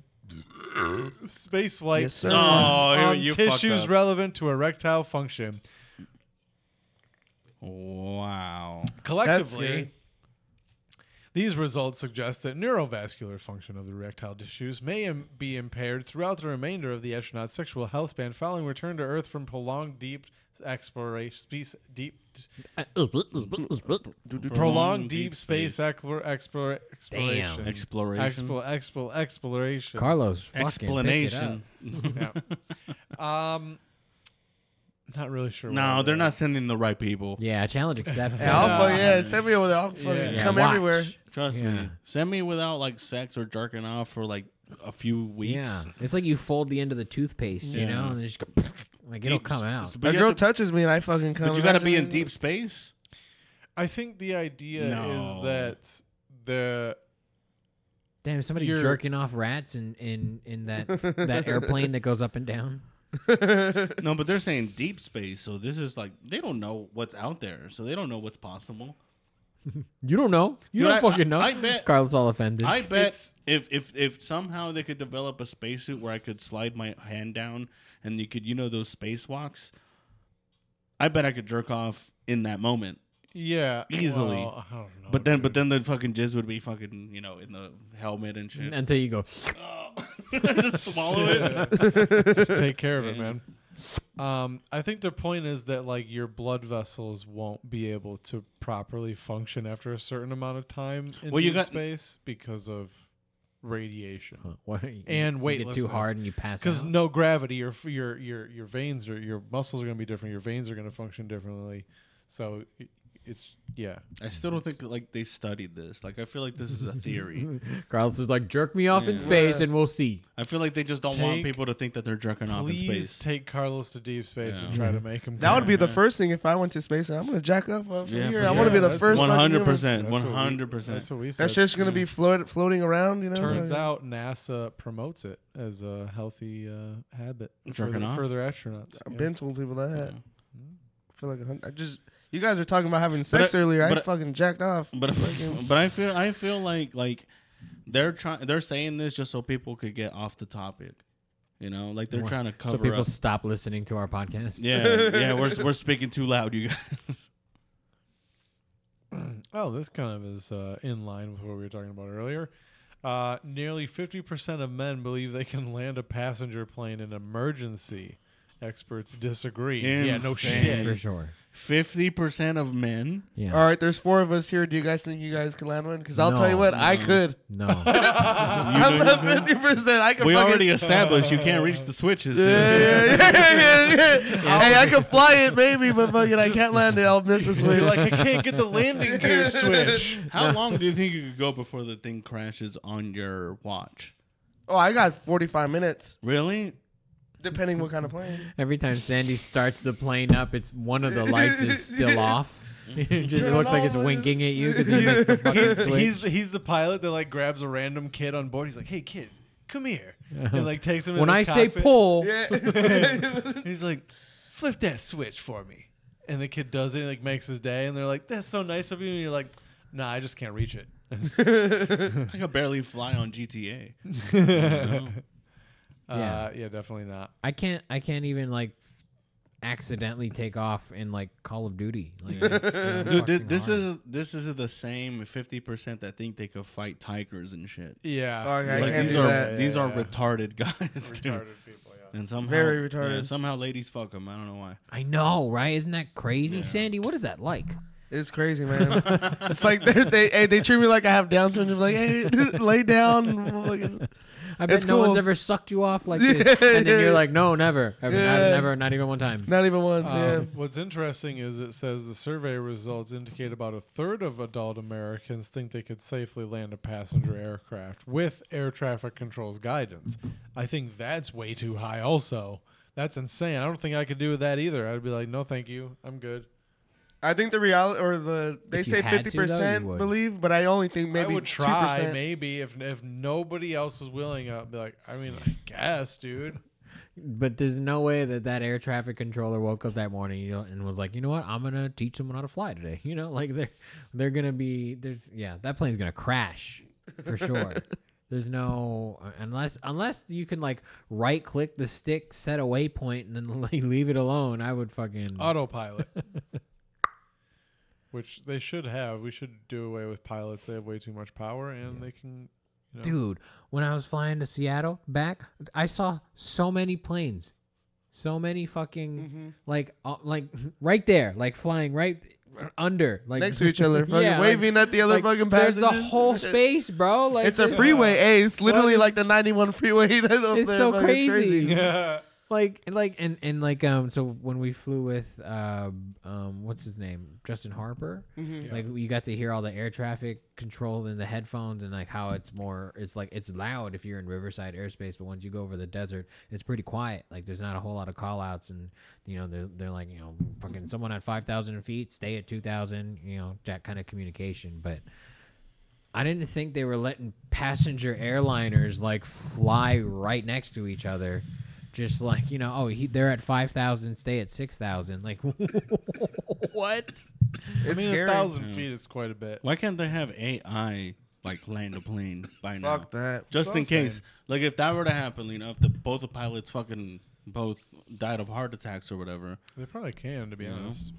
E: spaceflight
D: Yes, sir.
C: oh,
E: on
C: you
E: tissues
C: fucked up.
E: relevant to erectile function.
C: wow.
D: scary.
E: Collectively, these results suggest that neurovascular function of the erectile tissues may im- be impaired throughout the remainder of the astronaut's sexual health span following return to Earth from prolonged deep exploration, space, deep, prolonged, deep, space, exploration, explora, exploration,
C: exploration.
E: Explo- explo- exploration.
A: Carlos, fucking
C: Explanation.
E: Yeah. um, not really sure. where
C: No,
E: we're
C: they're
E: at.
C: not sending the right people.
A: Pick it up. Yeah, challenge accepted.
D: Yeah, I'll fuck, yeah, send me over there. I'll fucking
E: Yeah.
D: come
A: watch.
D: everywhere.
C: Trust
A: Yeah.
C: me. Send me without like sex or jerking off for like a few weeks.
A: Yeah, it's like you fold the end of the toothpaste, you know,
C: Yeah.
A: and then just go, like it'll
C: Deep
A: come
C: s-
A: out.
C: But
D: A
C: you,
D: girl
C: have to-
D: touches me and I fucking come.
C: but you gotta be in
D: Imagine-
C: deep space.
E: I think the idea
C: No.
E: is that the
A: Damn, somebody
E: You're-
A: jerking off rats in in in that that airplane that goes up and down.
C: No, but they're saying deep space, so this is like they don't know what's out there, so they don't know what's possible.
A: You don't know. You
C: Dude,
A: don't
C: I-
A: fucking know.
C: I- I bet-
A: Carlos all offended.
C: I bet if, if if somehow they could develop a spacesuit where I could slide my hand down and you could you know those spacewalks, I bet I could jerk off in that moment.
E: Yeah,
C: Easily.
E: well, I don't know,
C: But then, but
E: dude.
C: then the fucking jizz would be fucking, you know, in the helmet and shit.
A: until you go.
C: Just swallow it.
E: just take care of it, man. Um, I think their point is that like your blood vessels won't be able to properly function after a certain amount of time in
C: Well,
E: deep
C: you got-
E: space because of radiation.
A: What, you, you
E: And
A: get too
E: weightlessness.
A: hard and you pass
E: Because
A: out.
E: no gravity, your your your your veins or your muscles are going to be different. Your veins are going to function differently. So y- it's yeah.
C: I still don't think like they studied this. Like I feel like this is a theory.
A: Carlos is like, jerk me off in space and we'll see.
C: I feel like they just don't want
E: Take-
C: people to think that they're jerking off in
E: Please
C: space.
E: take Carlos to deep space and
C: Yeah.
E: try to make him.
D: That would be the
C: Yeah.
D: first thing if I went to space. I'm gonna jack up uh, from
C: Yeah,
D: here.
C: for
D: I want to
E: sure.
D: be the
E: That's
D: first.
C: One
D: fucking
C: hundred
D: human.
C: percent,
E: That's what
C: one
E: we-
C: hundred percent.
E: That's what we said.
D: That's just gonna be float, floating around, you know.
E: Turns
D: like-
E: out NASA promotes it as a healthy uh, habit for
C: Jerking
E: the
C: off?
E: further astronauts.
D: I've
E: Yeah.
D: been told people that.
C: Yeah.
D: I feel like a hun- I just. You guys were talking about having sex
C: I-
D: earlier. I
C: but
D: ain't
C: I-
D: fucking jacked off.
C: But
D: Fucking-
C: but I feel I feel like like they're trying they're saying this just so people could get off the topic. You know, like they're
A: Wha-
C: trying to cover
A: So people
C: up.
A: stop listening to our podcast.
C: yeah, yeah, we're we're speaking too loud, you guys.
E: Oh, this kind of is uh, in line with what we were talking about earlier. Uh, nearly 50% of men believe they can land a passenger plane in emergency. Experts disagree. Yeah, no
C: Insane.
A: for
E: shit.
A: sure.
C: Fifty percent of men.
A: Yeah.
D: All right, there's four of us here. Do you guys think you guys could land one? Because I'll tell you
A: No,
D: what, I could.
A: No.
D: I'm not fifty percent. I could.
C: We
D: fucking,
C: already established you can't reach the switches. dude.
D: Yeah, yeah, yeah, yeah, yeah, yeah. Hey, I could fly it maybe, but fucking, I can't land it. I'll miss this
E: You're
D: way.
E: like, I can't get the landing gear switch.
C: How long do you think you could go before the thing crashes on your watch?
D: oh, I got 45 minutes,
C: Really?
D: depending what kind of plane.
A: Every time Sandy starts the plane up, it's one of the lights is still off. it just
D: Turn
A: looks like it's
D: on.
A: winking at you because you missed the fucking
E: he's,
A: switch.
E: he's he's the pilot that like grabs a random kid on board. He's like, "Hey kid, come here," and like takes him.
A: when
E: into the
A: I say
E: cockpit.
A: pull,
E: he's like, "Flip that switch for me," and the kid does it. And, like makes his day, and they're like, "That's so nice of you." And you're like, "Nah, I just can't reach it."
C: I could barely fly on GTA.
E: Uh, yeah, definitely not.
A: I can't. I can't even like accidentally take off in like Call of Duty. Like, it's so
C: Dude, thi-
A: fucking
C: this
A: hard.
C: is this is the same fifty percent that think they could fight tigers and shit.
E: Yeah,
D: Oh, okay, I
C: Like,
D: can't
C: these
D: do
C: are
D: that.
C: these are
E: Yeah.
C: retarded guys, dude.
E: retarded people. Yeah.
C: And somehow,
D: Very
C: yeah,
D: retarded.
C: somehow, ladies fuck them. I don't know why.
A: I know, right? Isn't that crazy, Sandy? What is that like?
D: It's crazy, man. it's like they they, hey, they treat me like I have Down syndrome. Like, hey, lay down. Fucking-
A: I bet
D: It's
A: no one's
D: cool.
A: ever sucked you off like this, and then you're like, no, never, ever, not-
D: Yeah.
A: never, not even one time.
D: Not even once.
E: Um, what's interesting is it says the survey results indicate about a third of adult Americans think they could safely land a passenger aircraft with air traffic control's guidance. I think that's way too high, also. That's insane. I don't think I could do that either. I'd be like, no, thank you. I'm good.
D: yeah, I think the reality or the they
A: If you
D: say
A: had to, though,
D: fifty percent
A: you would.
D: believe, but I only think maybe
E: I would try,
D: 2%.
E: maybe, if, if nobody else was willing. I'd be like, I mean, I guess, dude.
A: But there's no way that that air traffic controller woke up that morning, you know, and was like, you know what, I'm gonna teach someone how to fly today. You know, like they're they're gonna be there's yeah, that plane's gonna crash for sure. there's no uh, unless unless you can like right click the stick, set a waypoint, and then like, leave it alone. I would fucking
E: autopilot which they should have we should do away with pilots they have way too much power and they can you know,
A: dude. When I was flying to Seattle back, I saw so many planes, so many fucking like uh, like right there, like flying right uh, under like
D: next to each other, fucking
A: Yeah, like-
D: waving at the other
A: like,
D: fucking
A: there's
D: passengers.
A: the whole space, bro. Like
D: It's a
A: there's-
D: freeway. Hey, it's literally
A: it's-
D: like the 91 freeway. that's up
A: It's
D: there,
A: so
D: fucking-
A: crazy.
E: yeah
A: Like and like and and like um. So when we flew with uh um what's his name Justin Harper,
D: Mm-hmm.
A: like you got to hear all the air traffic control in the headphones and like how it's more. It's like it's loud if you're in Riverside airspace, but once you go over the desert, it's pretty quiet. Like there's not a whole lot of call outs and you know they're they're like you know fucking someone at five thousand feet, stay at two thousand. You know that kind of communication, but. I didn't think they were letting passenger airliners like fly right next to each other. Just like, you know, oh, he, they're at 5,000, stay at 6,000. Like, what?
E: i
D: It's
E: mean
D: scary.
E: a thousand
C: Hmm.
E: feet is quite a bit
C: Why can't they have AI like land a plane by now?
D: Fuck that.
C: Just
E: what
C: in
E: I'm saying.
C: case, like if that were to happen, you know, if the both the pilots fucking both died of heart attacks or whatever,
E: they probably can to be
C: Yeah.
E: honest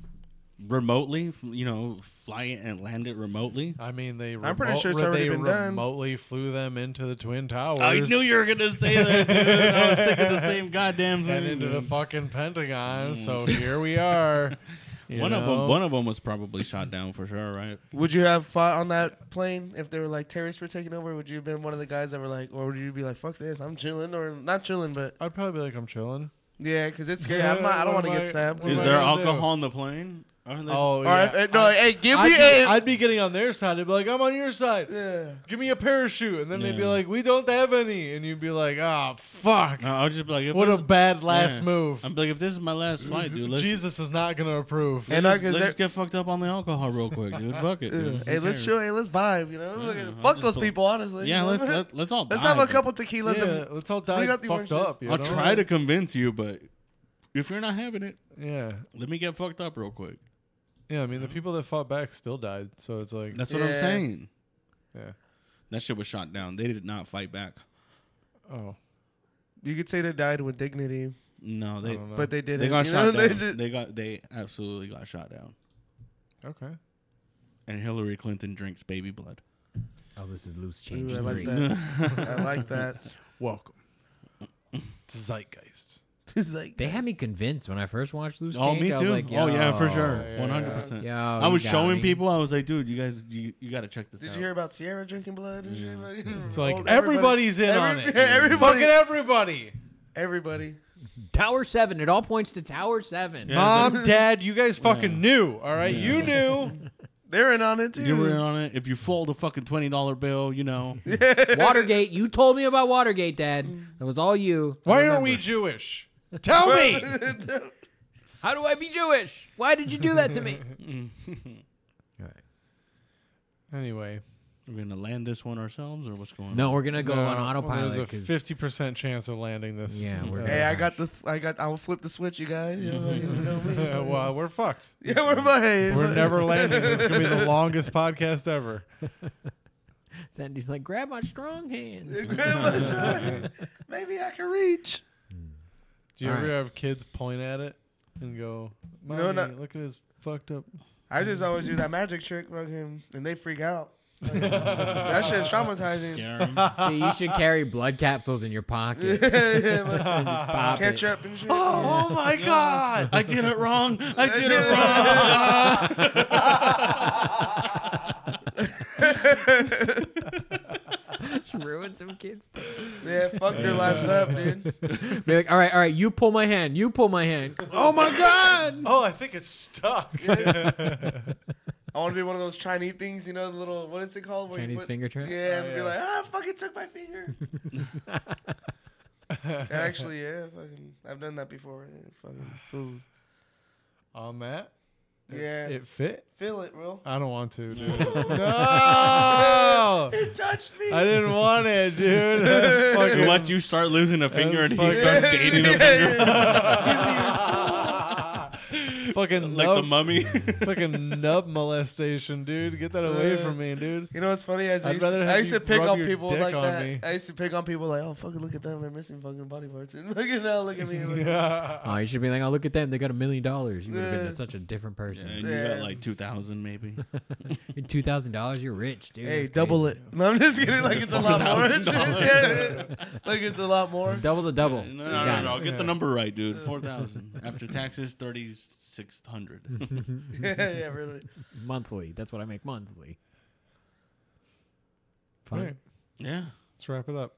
C: remotely, f- you know, fly it and land it remotely.
E: i mean they
D: I'm pretty sure it's
E: remote-
D: already
E: they
D: been done.
E: remotely flew them into the twin towers
C: I knew you were gonna say that. Dude. I was thinking the same goddamn thing.
E: and into the fucking pentagon so here we are you
C: Hmm. one of
E: know?
C: them, one of them was probably shot down for sure, right?
D: Would you have fought on that plane if they were like terrorists were taking over? Would you have been one of the guys that were like, or would you be like, fuck this, I'm chilling, or not chilling, but
E: i'd probably be like i'm chilling
D: yeah, because it's scary. I'm not, I don't
E: Yeah,
D: want to
E: what
D: get
E: am I-
D: stabbed.
E: what
C: Is
E: am I
C: there
E: gonna do?
C: alcohol in the plane?
E: Oh,
D: Or
E: yeah.
D: if- no,
E: I-
D: hey, give
E: I'd
D: me
E: be,
D: a-
E: I'd be getting on their side. I'd be like, I'm on your side.
D: Yeah.
E: Give me a parachute, and then they'd be
C: Yeah.
E: like, we don't have any, and you'd be like, ah, fuck.
C: I- I'll just be like, Uh, if
E: What a
C: this-
E: bad last move.
C: I'm like, if this is my last flight, dude, let's,
E: Jesus is not gonna approve.
D: And I-
C: let's,
D: 'cause
C: let's
D: they're-
C: just get fucked up on the alcohol real quick, dude. Fuck it. Dude.
D: Hey,
C: Who
D: let's
C: cares?
D: chill. Hey, let's vibe. You know, Look at-
C: I'll
D: fuck
C: just
D: those
C: pull-
D: people. Honestly,
C: Yeah,
D: you know?
C: let's let, let's all.
D: let's
C: die,
D: have a
C: dude.
D: couple tequilas.
E: yeah,
D: and-
E: let's all die
D: got the
E: fucked
D: oranges.
E: up. You
C: I'll
E: know?
C: try to convince you, but if you're not having it,
E: Yeah,
C: let me get fucked up real quick.
E: yeah. I mean, the people that fought back still died, so it's like,
C: That's what I'm
D: Yeah.
C: saying.
E: yeah.
C: That shit was shot down. They did not fight back.
E: Oh,
D: you could say they died with dignity,
C: No, they
E: don't know.
D: but they didn't.
C: they got
D: you
C: shot
D: know?
C: down.
D: did-
C: They got they absolutely got shot down.
E: okay.
C: And Hillary Clinton drinks baby blood.
A: Oh, this is loose change
D: Ooh, I like
A: three.
D: that. I like that.
E: Welcome to Zeitgeist.
D: It's like
A: They had me convinced when I first watched Loose
C: oh,
A: Change.
C: me
A: I
C: too.
A: was like,
C: oh yeah, for
A: yo,
C: sure,
E: yeah,
C: one hundred percent.
A: Yo,
C: I
A: Oh, you
C: was
A: got
C: showing
A: me.
C: people. I was like, dude, you guys, you, you got to check this
D: Did
C: out.
D: you hear about Sierra drinking blood? Did you hear about-
E: It's like
D: Old-
E: everybody's in on
D: every-
E: it.
D: everybody-
E: fucking everybody.
D: Everybody.
A: Tower Seven. It all points to Tower Seven.
C: Yeah.
E: Mom, Dad, you guys fucking knew. All right, you knew.
D: They're in on it too.
C: You were in on it. If you fold a fucking twenty dollar bill, you know.
A: Watergate. You told me about Watergate, Dad. That was all you. I
E: Why aren't
A: remember.
E: we Jewish? Tell me.
A: How do I be Jewish? Why did you do that to me?
E: Anyway,
C: We're gonna land this one ourselves, or what's going
A: No,
C: on?
A: we're gonna go on autopilot.
E: Well, there's
A: 'cause-
E: a fifty percent chance of landing this.
A: Yeah, we're
D: Hey, I got the. I got. I'll flip the switch, you guys. You know, you know me.
E: Uh, well, we're fucked.
D: Yeah, we're about. Hey,
E: We're never landing. This is gonna be the longest podcast ever.
A: Sandy's like, grab my strong hand.
D: Maybe I can reach.
E: Do you
A: All
E: ever
A: right.
E: have kids point at it and go, Mommy,
D: No, not-
E: look at his fucked up
D: I just always do that magic trick, fucking, and they freak out. Like, that shit's traumatizing.
C: Scare 'em.
A: Dude, you should carry blood capsules in your pocket.
D: Yeah, but
A: and just pop it.
D: ketchup and shit.
C: Oh my god! I did it wrong. I did it wrong.
A: Ruin some kids.
D: Yeah, fuck their lives up, dude.
A: Be like, all right, all right, you pull my hand. You pull my hand. Oh my god.
E: Oh, I think it's stuck.
D: I want to do one of those Chinese things, you know, the little what is it called? where you
A: Chinese
D: put-
A: finger trap?
D: Yeah, and
E: Oh,
D: be
E: yeah.
D: like, ah, I fucking took my finger. And actually, yeah, fucking, I've done that before. It fucking feels,
E: On that,
D: yeah,
E: it fit.
D: feel it, bro.
E: I don't want to, dude. no,
D: It touched me.
E: I didn't want it, dude. That's fucking-
C: Let you start losing a finger, and he
E: fucked
C: starts
E: up.
C: dating a
D: Yeah,
C: finger
E: It's fucking
C: like the
E: nub,
C: mummy.
E: fucking nub molestation, dude. Get that away
D: Uh,
E: from me, dude.
D: You know what's funny? As I
E: I'd
D: used,
E: rather
D: to,
E: have
D: I used
E: you
D: to pick
E: rub
D: on
E: your
D: people
E: dick
D: like
E: on
D: that.
E: me.
D: I used to pick on people like, oh fucking look at them, they're missing fucking body parts, and look at now, look at me. Look at
A: Oh, you should be like, oh look at them. They got a million dollars. You would have
D: Yeah.
A: been such a different person.
C: and you got like two thousand, maybe.
A: Two thousand dollars. You're rich, dude.
D: Hey,
A: That's
D: double it. No, I'm just kidding. Like it's a lot more.
C: $4,000.
D: yeah, like it's a lot more.
A: crazy. Double the double.
C: No,
A: You
C: no, no,
A: got
C: no.
A: it.
C: Get the number right, dude. Four thousand after taxes, thirty six hundred.
D: yeah, yeah, really.
A: Monthly. That's what I make monthly.
E: All
A: Fine.
E: right,
C: Yeah.
E: let's wrap it up.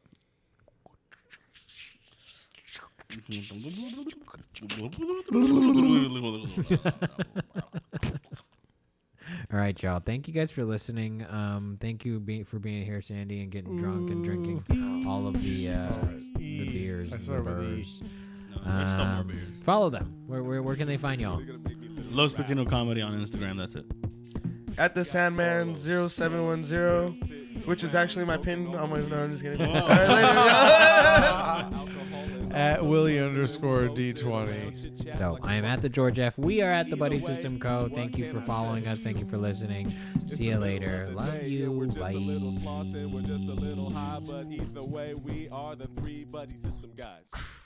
A: All right, y'all. Thank you guys for listening. Um, thank you be- for being here, Sandy, and getting drunk and drinking all of the uh, the beers,
E: I
A: and the
E: started with the-
A: burrs.
C: There's still more
A: Um,
C: beers.
A: follow them. Where, where where can they find y'all?
C: Los Patino Comedy on Instagram. That's it.
D: At the Sandman 0710, which is actually my pin. Oh my, no, I'm just kidding. All right,
E: At Willie underscore D20.
A: So I am at the George F. We are at the Buddy System Co. Thank you for following us. Thank you for listening. See you later. Love you. Bye.
B: We're just a little high, but either way, we are the three buddy system guys.